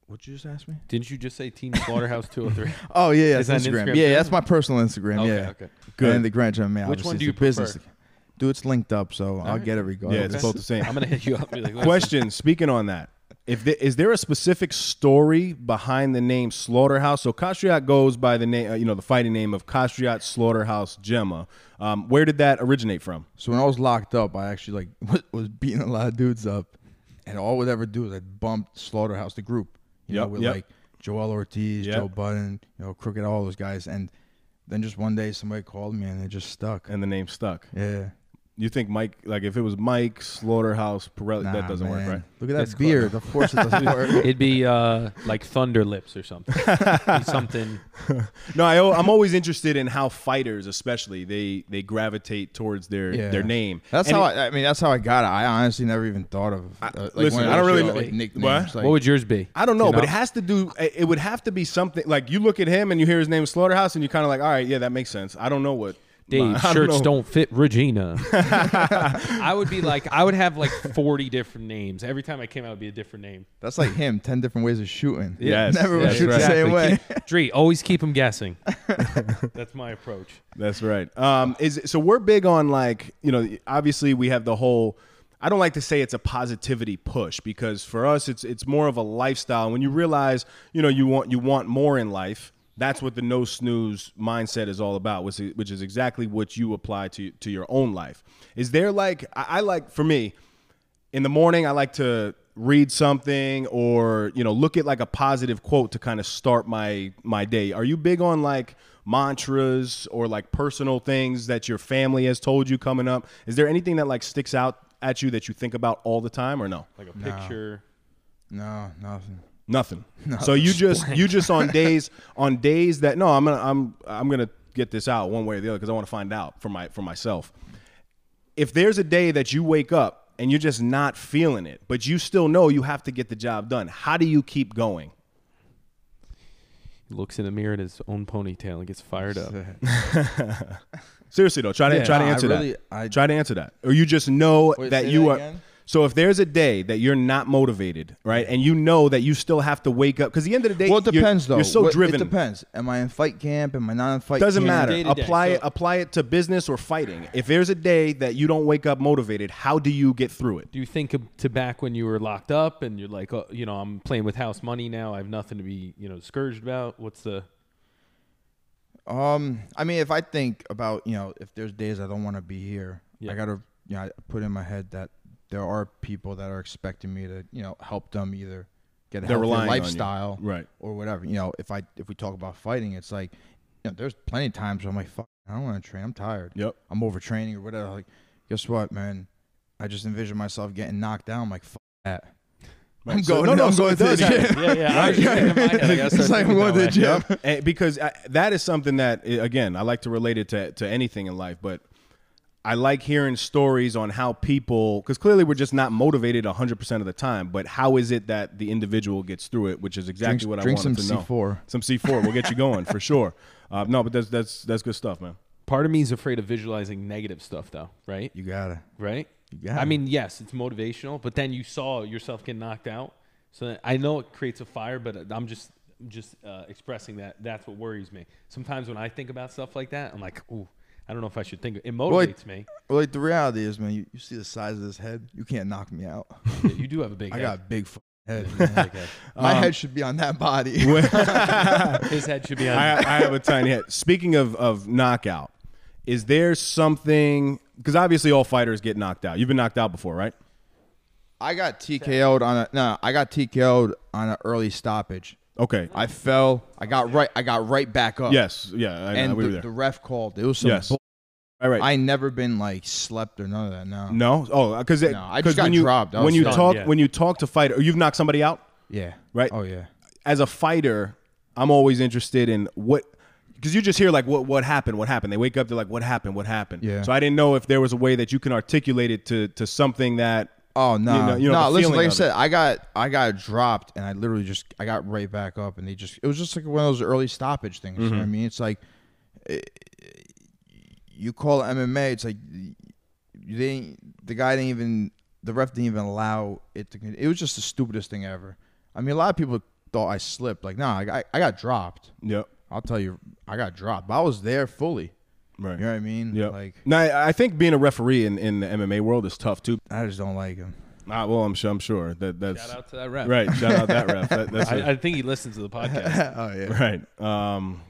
Speaker 4: What you just ask me?
Speaker 2: Didn't you just say Team Slaughterhouse 203?
Speaker 4: Oh yeah, yeah,
Speaker 2: Is
Speaker 4: it's
Speaker 2: that an
Speaker 4: Instagram.
Speaker 2: Instagram
Speaker 4: Yeah,
Speaker 2: too?
Speaker 4: yeah, that's my personal Instagram.
Speaker 2: Okay,
Speaker 4: yeah,
Speaker 2: okay.
Speaker 3: Good.
Speaker 4: And the Grand Jam Man.
Speaker 2: Which one
Speaker 4: obviously,
Speaker 2: do you
Speaker 4: it's a business.
Speaker 2: prefer?
Speaker 4: Dude, it's linked up, so I'll
Speaker 2: right.
Speaker 4: get it
Speaker 3: yeah,
Speaker 4: regardless.
Speaker 3: it's both the same.
Speaker 2: I'm gonna hit you up. Be like, "Listen,
Speaker 3: Question: Speaking on that, if the, is there a specific story behind the name Slaughterhouse? So Kastriot goes by the name, uh, you know, the fighting name of Kastriot Slaughterhouse Gemma. Um, where did that originate from?
Speaker 4: So when I was locked up, I actually like was, was beating a lot of dudes up, and all I would ever do is I bumped Slaughterhouse the group, you know,
Speaker 3: Yep,
Speaker 4: with
Speaker 3: yep.
Speaker 4: like Joel Ortiz,
Speaker 3: Yep.
Speaker 4: Joe Budden, you know, Crooked, all those guys, and then just one day somebody called me and it just stuck.
Speaker 3: And the name stuck.
Speaker 4: Yeah,
Speaker 3: You think Mike, like if it was Mike Slaughterhouse Pirelli,
Speaker 4: Nah,
Speaker 3: that doesn't
Speaker 4: man.
Speaker 3: work, right?
Speaker 4: Look at that
Speaker 2: That's close.
Speaker 4: beard. Of course it doesn't work.
Speaker 2: It'd be uh, like Thunder Lips or something. Be something.
Speaker 3: No, I, al- I'm always interested in how fighters, especially, they they gravitate towards their
Speaker 4: Yeah.
Speaker 3: their name.
Speaker 4: That's
Speaker 3: And
Speaker 4: how
Speaker 3: it-
Speaker 4: I, I mean. That's how I got it. I honestly never even thought of. uh, like,
Speaker 3: listen,
Speaker 4: when
Speaker 3: I don't
Speaker 4: was
Speaker 3: really
Speaker 4: young,
Speaker 3: know-
Speaker 4: like, nicknames.
Speaker 3: What?
Speaker 4: Like,
Speaker 2: What would yours be?
Speaker 3: I don't know,
Speaker 2: You
Speaker 3: but it has to do. it- It would have to be something like you look at him and you hear his name Slaughterhouse, and you're kind of like, all right, yeah, that makes sense. I don't know what
Speaker 2: Dave
Speaker 3: I don't
Speaker 2: shirts
Speaker 3: know.
Speaker 2: don't, fit Regina. I would be like, I would have like 40 different names. Every time I came out, it would be a different name.
Speaker 4: That's like him. Ten different ways of shooting.
Speaker 3: Yes,
Speaker 4: never would
Speaker 3: that's
Speaker 4: shoot
Speaker 3: right.
Speaker 4: the same way.
Speaker 2: Dree, always keep them guessing. That's my approach.
Speaker 3: That's right. Um, is so we're big on like you know obviously we have the whole. I don't like to say it's a positivity push because for us it's it's more of a lifestyle. When you realize you know you want you want more in life, that's what the no snooze mindset is all about, which is, which is exactly what you apply to to your own life. Is there like I, I like for me in the morning I like to read something or you know look at like a positive quote to kind of start my my day. Are you big on like mantras or like personal things that your family has told you coming up? Is there anything that like sticks out at you that you think about all the time or no?
Speaker 2: Like a picture.
Speaker 4: No, nothing.
Speaker 3: Nothing. So you just you just on days on days that no, I'm gonna I'm I'm gonna get this out one way or the other because I want to find out for my for myself. If there's a day that you wake up and you're just not feeling it, but you still know you have to get the job done, how do you keep going?
Speaker 2: He looks in the mirror at his own ponytail and gets fired up.
Speaker 3: Seriously though, try to
Speaker 4: Yeah.
Speaker 3: try to
Speaker 4: No, I
Speaker 3: answer
Speaker 4: really-
Speaker 3: that.
Speaker 4: I-
Speaker 3: try to answer that, or you just know
Speaker 4: Wait,
Speaker 3: that
Speaker 4: say
Speaker 3: you
Speaker 4: that
Speaker 3: are.
Speaker 4: again?
Speaker 3: So if there's a day that you're not motivated, right, and you know that you still have to wake up, because the end of the day,
Speaker 4: Well, it
Speaker 3: you're-
Speaker 4: depends
Speaker 3: you're,
Speaker 4: though.
Speaker 3: so
Speaker 4: What-
Speaker 3: driven.
Speaker 4: It depends. Am I in fight camp? Am I not in fight?
Speaker 3: Doesn't
Speaker 4: camp?
Speaker 3: matter.
Speaker 2: day to day,
Speaker 3: apply
Speaker 2: so-
Speaker 3: it. Apply it to business or fighting. If there's a day that you don't wake up motivated, how do you get through it?
Speaker 2: Do you think of to back when you were locked up and you're like, oh, you know, I'm playing with house money now. I have nothing to be, you know, discouraged about. What's the
Speaker 4: Um, I mean, if I think about you know, if there's days I don't want to be here,
Speaker 2: Yeah.
Speaker 4: I gotta you know I put in my head that there are people that are expecting me to you know help them either get a
Speaker 3: They're
Speaker 4: healthier
Speaker 3: relying on you.
Speaker 4: lifestyle,
Speaker 3: Right.
Speaker 4: or whatever. You know, if I if we talk about fighting, it's like you know, there's plenty of times where I'm like, fuck, I don't want to train. I'm tired.
Speaker 3: Yep.
Speaker 4: I'm overtraining or whatever. Like, guess what, man? I just envision myself getting knocked down. I'm like, fuck that. I'm
Speaker 3: So-
Speaker 4: going.
Speaker 3: no, no,
Speaker 4: I'm
Speaker 3: so
Speaker 4: going
Speaker 3: it
Speaker 4: to the
Speaker 3: does happen.
Speaker 4: gym.
Speaker 2: Yeah, yeah, I was just thinking in my head, I gotta start
Speaker 4: it's like I'm
Speaker 2: thinking
Speaker 4: going to the
Speaker 2: that
Speaker 4: gym.
Speaker 3: Eh, because I, that is something that eh, again I like to relate it to to anything in life, but I like hearing stories on how people because clearly we're just not motivated 100 percent of the time, but how is it that the individual gets through it, which is exactly
Speaker 4: Drink-
Speaker 3: what I
Speaker 4: drink
Speaker 3: wanted
Speaker 4: some
Speaker 3: to know.
Speaker 4: C4.
Speaker 3: Some C4 will get you going for sure. Uh, no, but that's that's that's good stuff, man.
Speaker 2: part of me is afraid of visualizing negative stuff, though, right?
Speaker 4: You gotta.
Speaker 2: right?
Speaker 4: got
Speaker 2: I
Speaker 4: it.
Speaker 2: mean, yes, it's motivational, but then you saw yourself get knocked out. So that- I know it creates a fire, but I'm just I'm just uh, expressing that. That's what worries me. Sometimes when I think about stuff like that, I'm like, ooh, I don't know if I should think. It
Speaker 4: Well,
Speaker 2: motivates me.
Speaker 4: Well, like the reality is, man, you, you see the size of this head, you can't knock me out.
Speaker 2: Yeah, you do have a big.
Speaker 4: I
Speaker 2: head.
Speaker 4: got a big f- head. man. My
Speaker 3: Um,
Speaker 4: head should be on that body.
Speaker 2: his head should be on.
Speaker 3: I, I have a tiny head. Speaking of of knockout, is there something? Because obviously all fighters get knocked out. You've been knocked out before, right?
Speaker 4: I got TKO'd on a no. I got TKO'd on an early stoppage.
Speaker 3: Okay.
Speaker 4: I uh, fell. I got right. I got right back up.
Speaker 3: yes. Yeah. I,
Speaker 4: and
Speaker 3: we were
Speaker 4: the,
Speaker 3: there.
Speaker 4: the ref called. It was some.
Speaker 3: yes.
Speaker 4: bull-
Speaker 3: all right.
Speaker 4: I ain't never been like slept or none of that. No.
Speaker 3: No, oh, because
Speaker 4: No, I just got
Speaker 3: when you,
Speaker 4: dropped. I
Speaker 3: When
Speaker 4: was
Speaker 3: you
Speaker 4: done,
Speaker 3: talk,
Speaker 2: yeah.
Speaker 3: when you talk to fighter, or you've knocked somebody out
Speaker 4: Yeah.
Speaker 3: Right.
Speaker 4: Oh yeah.
Speaker 3: as a fighter. I'm always interested in what because you just hear like what what happened, what happened. They wake up, they're like, what happened, what happened.
Speaker 4: Yeah.
Speaker 3: So I didn't know if there was a way that you can articulate it to to something that.
Speaker 4: Oh no,
Speaker 3: know- you know,
Speaker 4: no.
Speaker 3: the
Speaker 4: Listen,
Speaker 3: feeling
Speaker 4: like I
Speaker 3: of
Speaker 4: said, I got I got dropped, and I literally just I got right back up, and they just it was just like one of those early stoppage things. You know what I
Speaker 3: Mm-hmm.
Speaker 4: mean, it's like eh, you call it MMA, it's like you didn't the guy didn't even the ref didn't even allow it to. con- It was just the stupidest thing ever. I mean, a lot of people thought I slipped. Like, nah, I got, I got dropped.
Speaker 3: Yep.
Speaker 4: I'll tell you, I got dropped. But I was there fully.
Speaker 3: Right.
Speaker 4: You know what I mean?
Speaker 3: Yeah.
Speaker 4: Like,
Speaker 3: no, I, I think being a referee in, in the MMA world is tough too.
Speaker 4: I just don't like him.
Speaker 3: Ah, well, I'm sure. I'm sure that that's
Speaker 2: Shout out to that ref.
Speaker 3: right. Shout out that ref. That, that's it.
Speaker 2: I, I think he listens to the podcast.
Speaker 4: Oh yeah.
Speaker 3: Right. Um,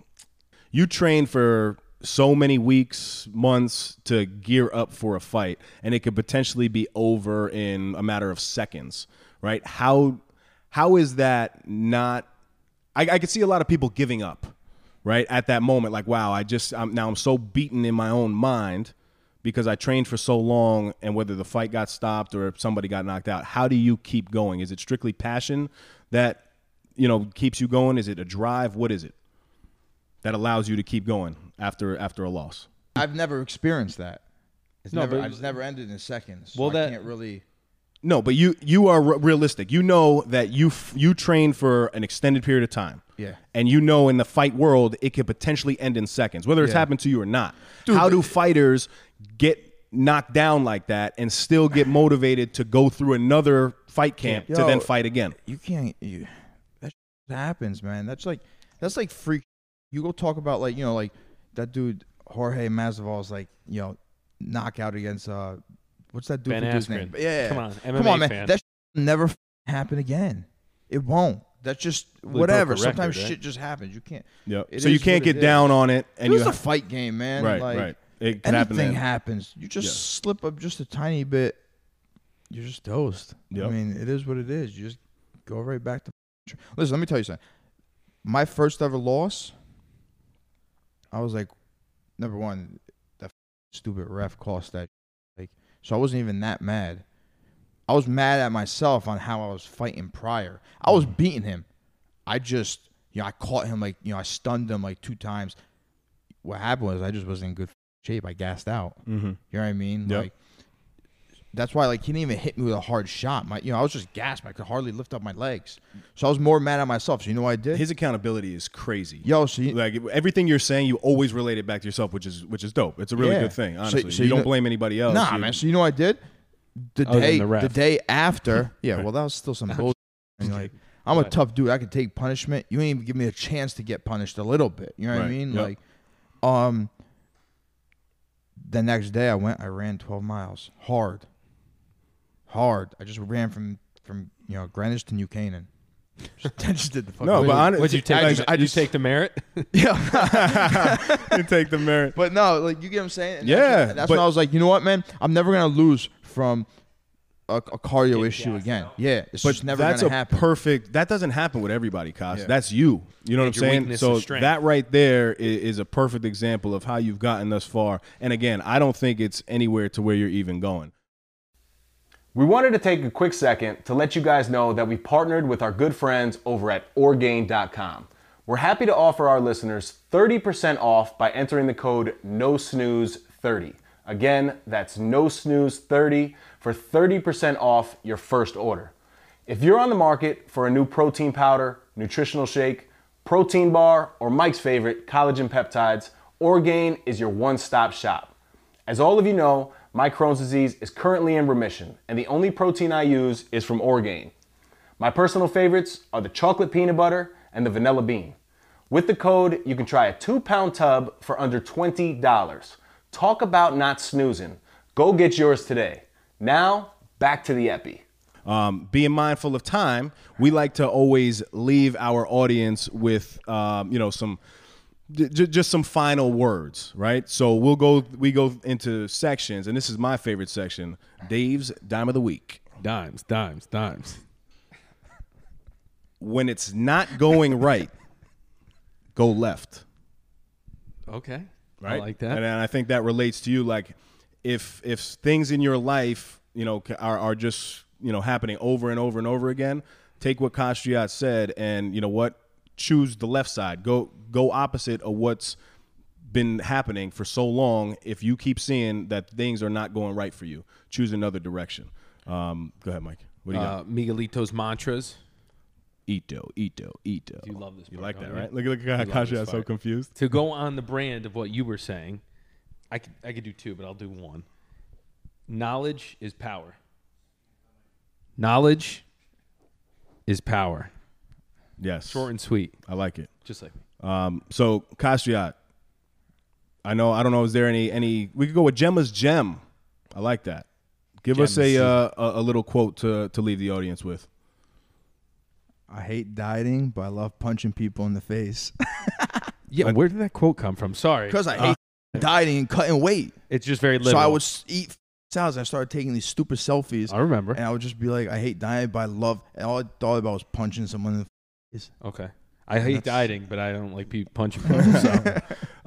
Speaker 3: you train for so many weeks, months to gear up for a fight, and it could potentially be over in a matter of seconds. Right? How how is that not? I, I could see a lot of people giving up, right, at that moment. Like, wow, I just I'm, now I'm so beaten in my own mind because I trained for so long, and whether the fight got stopped or if somebody got knocked out, how do you keep going? Is it strictly passion that you know keeps you going? Is it a drive? What is it that allows you to keep going after after a loss?
Speaker 4: I've never experienced that. It's
Speaker 2: No,
Speaker 4: never,
Speaker 2: but-
Speaker 4: I just never ended in seconds. So
Speaker 2: Well,
Speaker 4: I
Speaker 2: that-
Speaker 4: can't really.
Speaker 3: No, but you you are re- realistic. You know that you f- you train for an extended period of time.
Speaker 4: Yeah.
Speaker 3: And you know in the fight world it could potentially end in seconds, whether it's
Speaker 4: Yeah.
Speaker 3: happened to you or not. How do fighters get knocked down like that and still get motivated to go through another fight camp to
Speaker 4: Yo,
Speaker 3: then fight again?
Speaker 4: You can't. You, that shit happens, man. That's like that's like freak. You go talk about like you know like that dude Jorge Masvidal's like you know knockout against uh what's that dude
Speaker 2: Ben
Speaker 4: from dude's
Speaker 2: Askren.
Speaker 4: name? Yeah.
Speaker 2: Come on,
Speaker 4: Come
Speaker 2: MMA
Speaker 4: on, man.
Speaker 2: fan.
Speaker 4: That shit will never f- happen again. It won't. That's just
Speaker 2: broke
Speaker 4: whatever.
Speaker 2: a record,
Speaker 4: Sometimes
Speaker 2: right?
Speaker 4: shit just happens. You can't. it
Speaker 3: So you
Speaker 4: is
Speaker 3: can't
Speaker 4: what it
Speaker 3: get
Speaker 4: is.
Speaker 3: down on it and
Speaker 4: it
Speaker 3: you
Speaker 4: was
Speaker 3: ha-
Speaker 4: a fight game, man.
Speaker 3: Right,
Speaker 4: like,
Speaker 3: right. It could happen
Speaker 4: anything
Speaker 3: to anyone.
Speaker 4: happens. You just
Speaker 3: Yeah.
Speaker 4: slip up just a tiny bit. You're just dosed.
Speaker 3: Yep.
Speaker 4: I mean, it is what it is. You just go right back to. Listen, let me tell you something. My first ever loss. I was like, number one, that stupid ref cost that. Like, so I wasn't even that mad. I was mad at myself on how I was fighting prior. I
Speaker 3: Mm.
Speaker 4: was beating him. I just, you know, I caught him like, you know, I stunned him like two times. What happened was I just wasn't in good shape. I gassed out. You know what I mean?
Speaker 3: Mm-hmm. Yep.
Speaker 4: Like, that's why like he didn't even hit me with a hard shot. My you know I was just gasped. I could hardly lift up my legs. So I was more mad at myself. So you know what I did?
Speaker 3: His accountability is crazy.
Speaker 4: Yo, so you-
Speaker 3: like everything you're saying, you always relate it back to yourself, which is which is dope. It's a really
Speaker 4: Yeah.
Speaker 3: good thing,
Speaker 4: So-
Speaker 3: honestly.
Speaker 4: so
Speaker 3: you,
Speaker 4: you
Speaker 3: don't
Speaker 4: know-
Speaker 3: blame anybody else.
Speaker 4: Nah,
Speaker 3: You-
Speaker 4: man. So you know what I did? The
Speaker 3: Oh,
Speaker 2: Other than
Speaker 4: day
Speaker 2: the
Speaker 4: the,
Speaker 2: ref.
Speaker 4: day after. Yeah, well that was still some bullshit. And, like I'm a tough dude. I can take punishment. You ain't even give me a chance to get punished a little bit. You know what
Speaker 3: Right,
Speaker 4: I mean?
Speaker 3: yep.
Speaker 4: Like um the next day I went, I ran 12 miles hard. Hard. I just ran from from you know Greenwich to New Canaan. Just, I just did the fucking
Speaker 3: No, but honestly,
Speaker 2: Would you take?
Speaker 4: I just- I
Speaker 2: you
Speaker 4: just-
Speaker 2: take the merit.
Speaker 3: you take the merit.
Speaker 4: But no, like you get what I'm saying. And
Speaker 3: Yeah,
Speaker 4: that's, when- that's when
Speaker 3: but-
Speaker 4: I was like, you know what, man, I'm never gonna lose from a, a cardio issue again. Yeah, it's
Speaker 3: But
Speaker 4: just never
Speaker 3: that's
Speaker 4: gonna
Speaker 3: a
Speaker 4: happen.
Speaker 3: perfect. That doesn't happen with everybody, Kosh. That's you. You know what
Speaker 2: your
Speaker 3: I'm saying?
Speaker 2: weakness
Speaker 3: So
Speaker 2: is strength.
Speaker 3: that right there i- is, a perfect example of how you've gotten thus far. And again, I don't think it's anywhere to where you're even going.
Speaker 1: We wanted to take a quick second to let you guys know that we partnered with our good friends over at Orgain.com. We're happy to offer our listeners 30% off by entering the code NOSNOOZE30. Again, that's NOSNOOZE30 for 30% off your first order. If you're on the market for a new protein powder, nutritional shake, protein bar, or Mike's favorite, collagen peptides, Orgain is your one stop shop. As all of you know, my Crohn's disease is currently in remission, and the only protein I use is from Orgain. My personal favorites are the chocolate peanut butter and the vanilla bean. With the code, you can try a two pound tub for under $20. Talk about not snoozing. Go get yours today. Now, back to the Epi.
Speaker 3: um, being mindful of time, we like to always leave our audience with, um, you know, some j- j- just some final words, right? So we'll go we go into sections, and this is my favorite section, Dave's dime of the week.
Speaker 2: Dimes, dimes, dimes.
Speaker 3: When it's not going right, go left.
Speaker 2: Okay,
Speaker 3: right?
Speaker 2: I like that.
Speaker 3: And, and I think that relates to you. Like, if if things in your life, you know, ca- are, are just you know happening over and over and over again, take what Kastriat said, and you know what, choose the left side. Go go opposite of what's been happening for so long. If you keep seeing that things are not going right for you, choose another direction. Um, go ahead, Mike. What do you got?
Speaker 2: uh, Miguelito's mantras.
Speaker 3: Ito, Ito, Ito.
Speaker 2: You love this.
Speaker 3: You
Speaker 2: part,
Speaker 3: like that,
Speaker 2: don't
Speaker 3: right? Look at look at
Speaker 2: You love this
Speaker 3: Kastriat's so
Speaker 2: part.
Speaker 3: confused.
Speaker 2: to go on the brand of what you were saying, I could I could do two, but I'll do one. Knowledge is power. Knowledge is power.
Speaker 3: Yes,
Speaker 2: Short and sweet,
Speaker 3: I like it.
Speaker 2: just like me.
Speaker 3: Um, so Kastriat, I know I don't know. Is there any any? We could go with Gemma's gem. I like that. Give us a, uh, a a little quote to to leave the audience with.
Speaker 4: I hate dieting, but I love punching people in the face Uh,
Speaker 2: Yeah, where did that quote come from? Sorry, Uh,
Speaker 4: because I hate dieting and cutting weight.
Speaker 2: it's just very
Speaker 4: So
Speaker 2: literal.
Speaker 4: I would s- eat salads. I started taking these stupid selfies,
Speaker 2: I remember.
Speaker 4: and I would just be like, I hate dieting, but I love. And all I thought about was punching someone in the face.
Speaker 2: Okay, I hate
Speaker 4: That's-
Speaker 2: dieting, but I don't like people punching people. So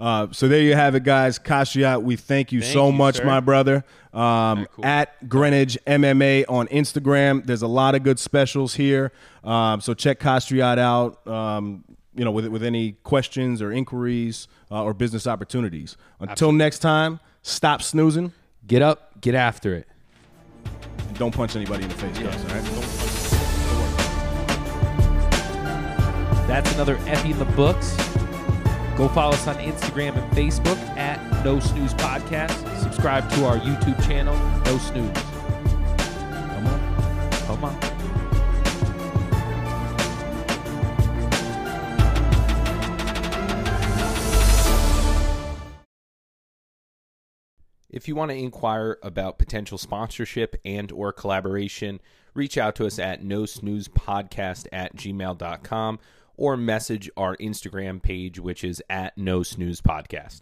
Speaker 3: Uh, so there you have it, guys. Kashiat, we thank you
Speaker 2: Thank
Speaker 3: so
Speaker 2: you,
Speaker 3: much,
Speaker 2: sir.
Speaker 3: my brother. Um,
Speaker 2: cool.
Speaker 3: At Greenwich MMA on Instagram, there's a lot of good specials here. Um, so check Kashiat out. Um, you know, with with any questions or inquiries uh, or business opportunities. Until next time, stop snoozing.
Speaker 2: get up, get after it.
Speaker 3: and Don't punch anybody in the face, guys. All right.
Speaker 2: That's another Effie in the books. Go follow us on Instagram and Facebook at No Snooze Podcast. Subscribe to our YouTube channel, No Snooze. Come on. Come on.
Speaker 5: If you want to inquire about potential sponsorship and or collaboration, reach out to us at no snooze podcast at gmail.com or message our Instagram page, which is at no snooze podcast.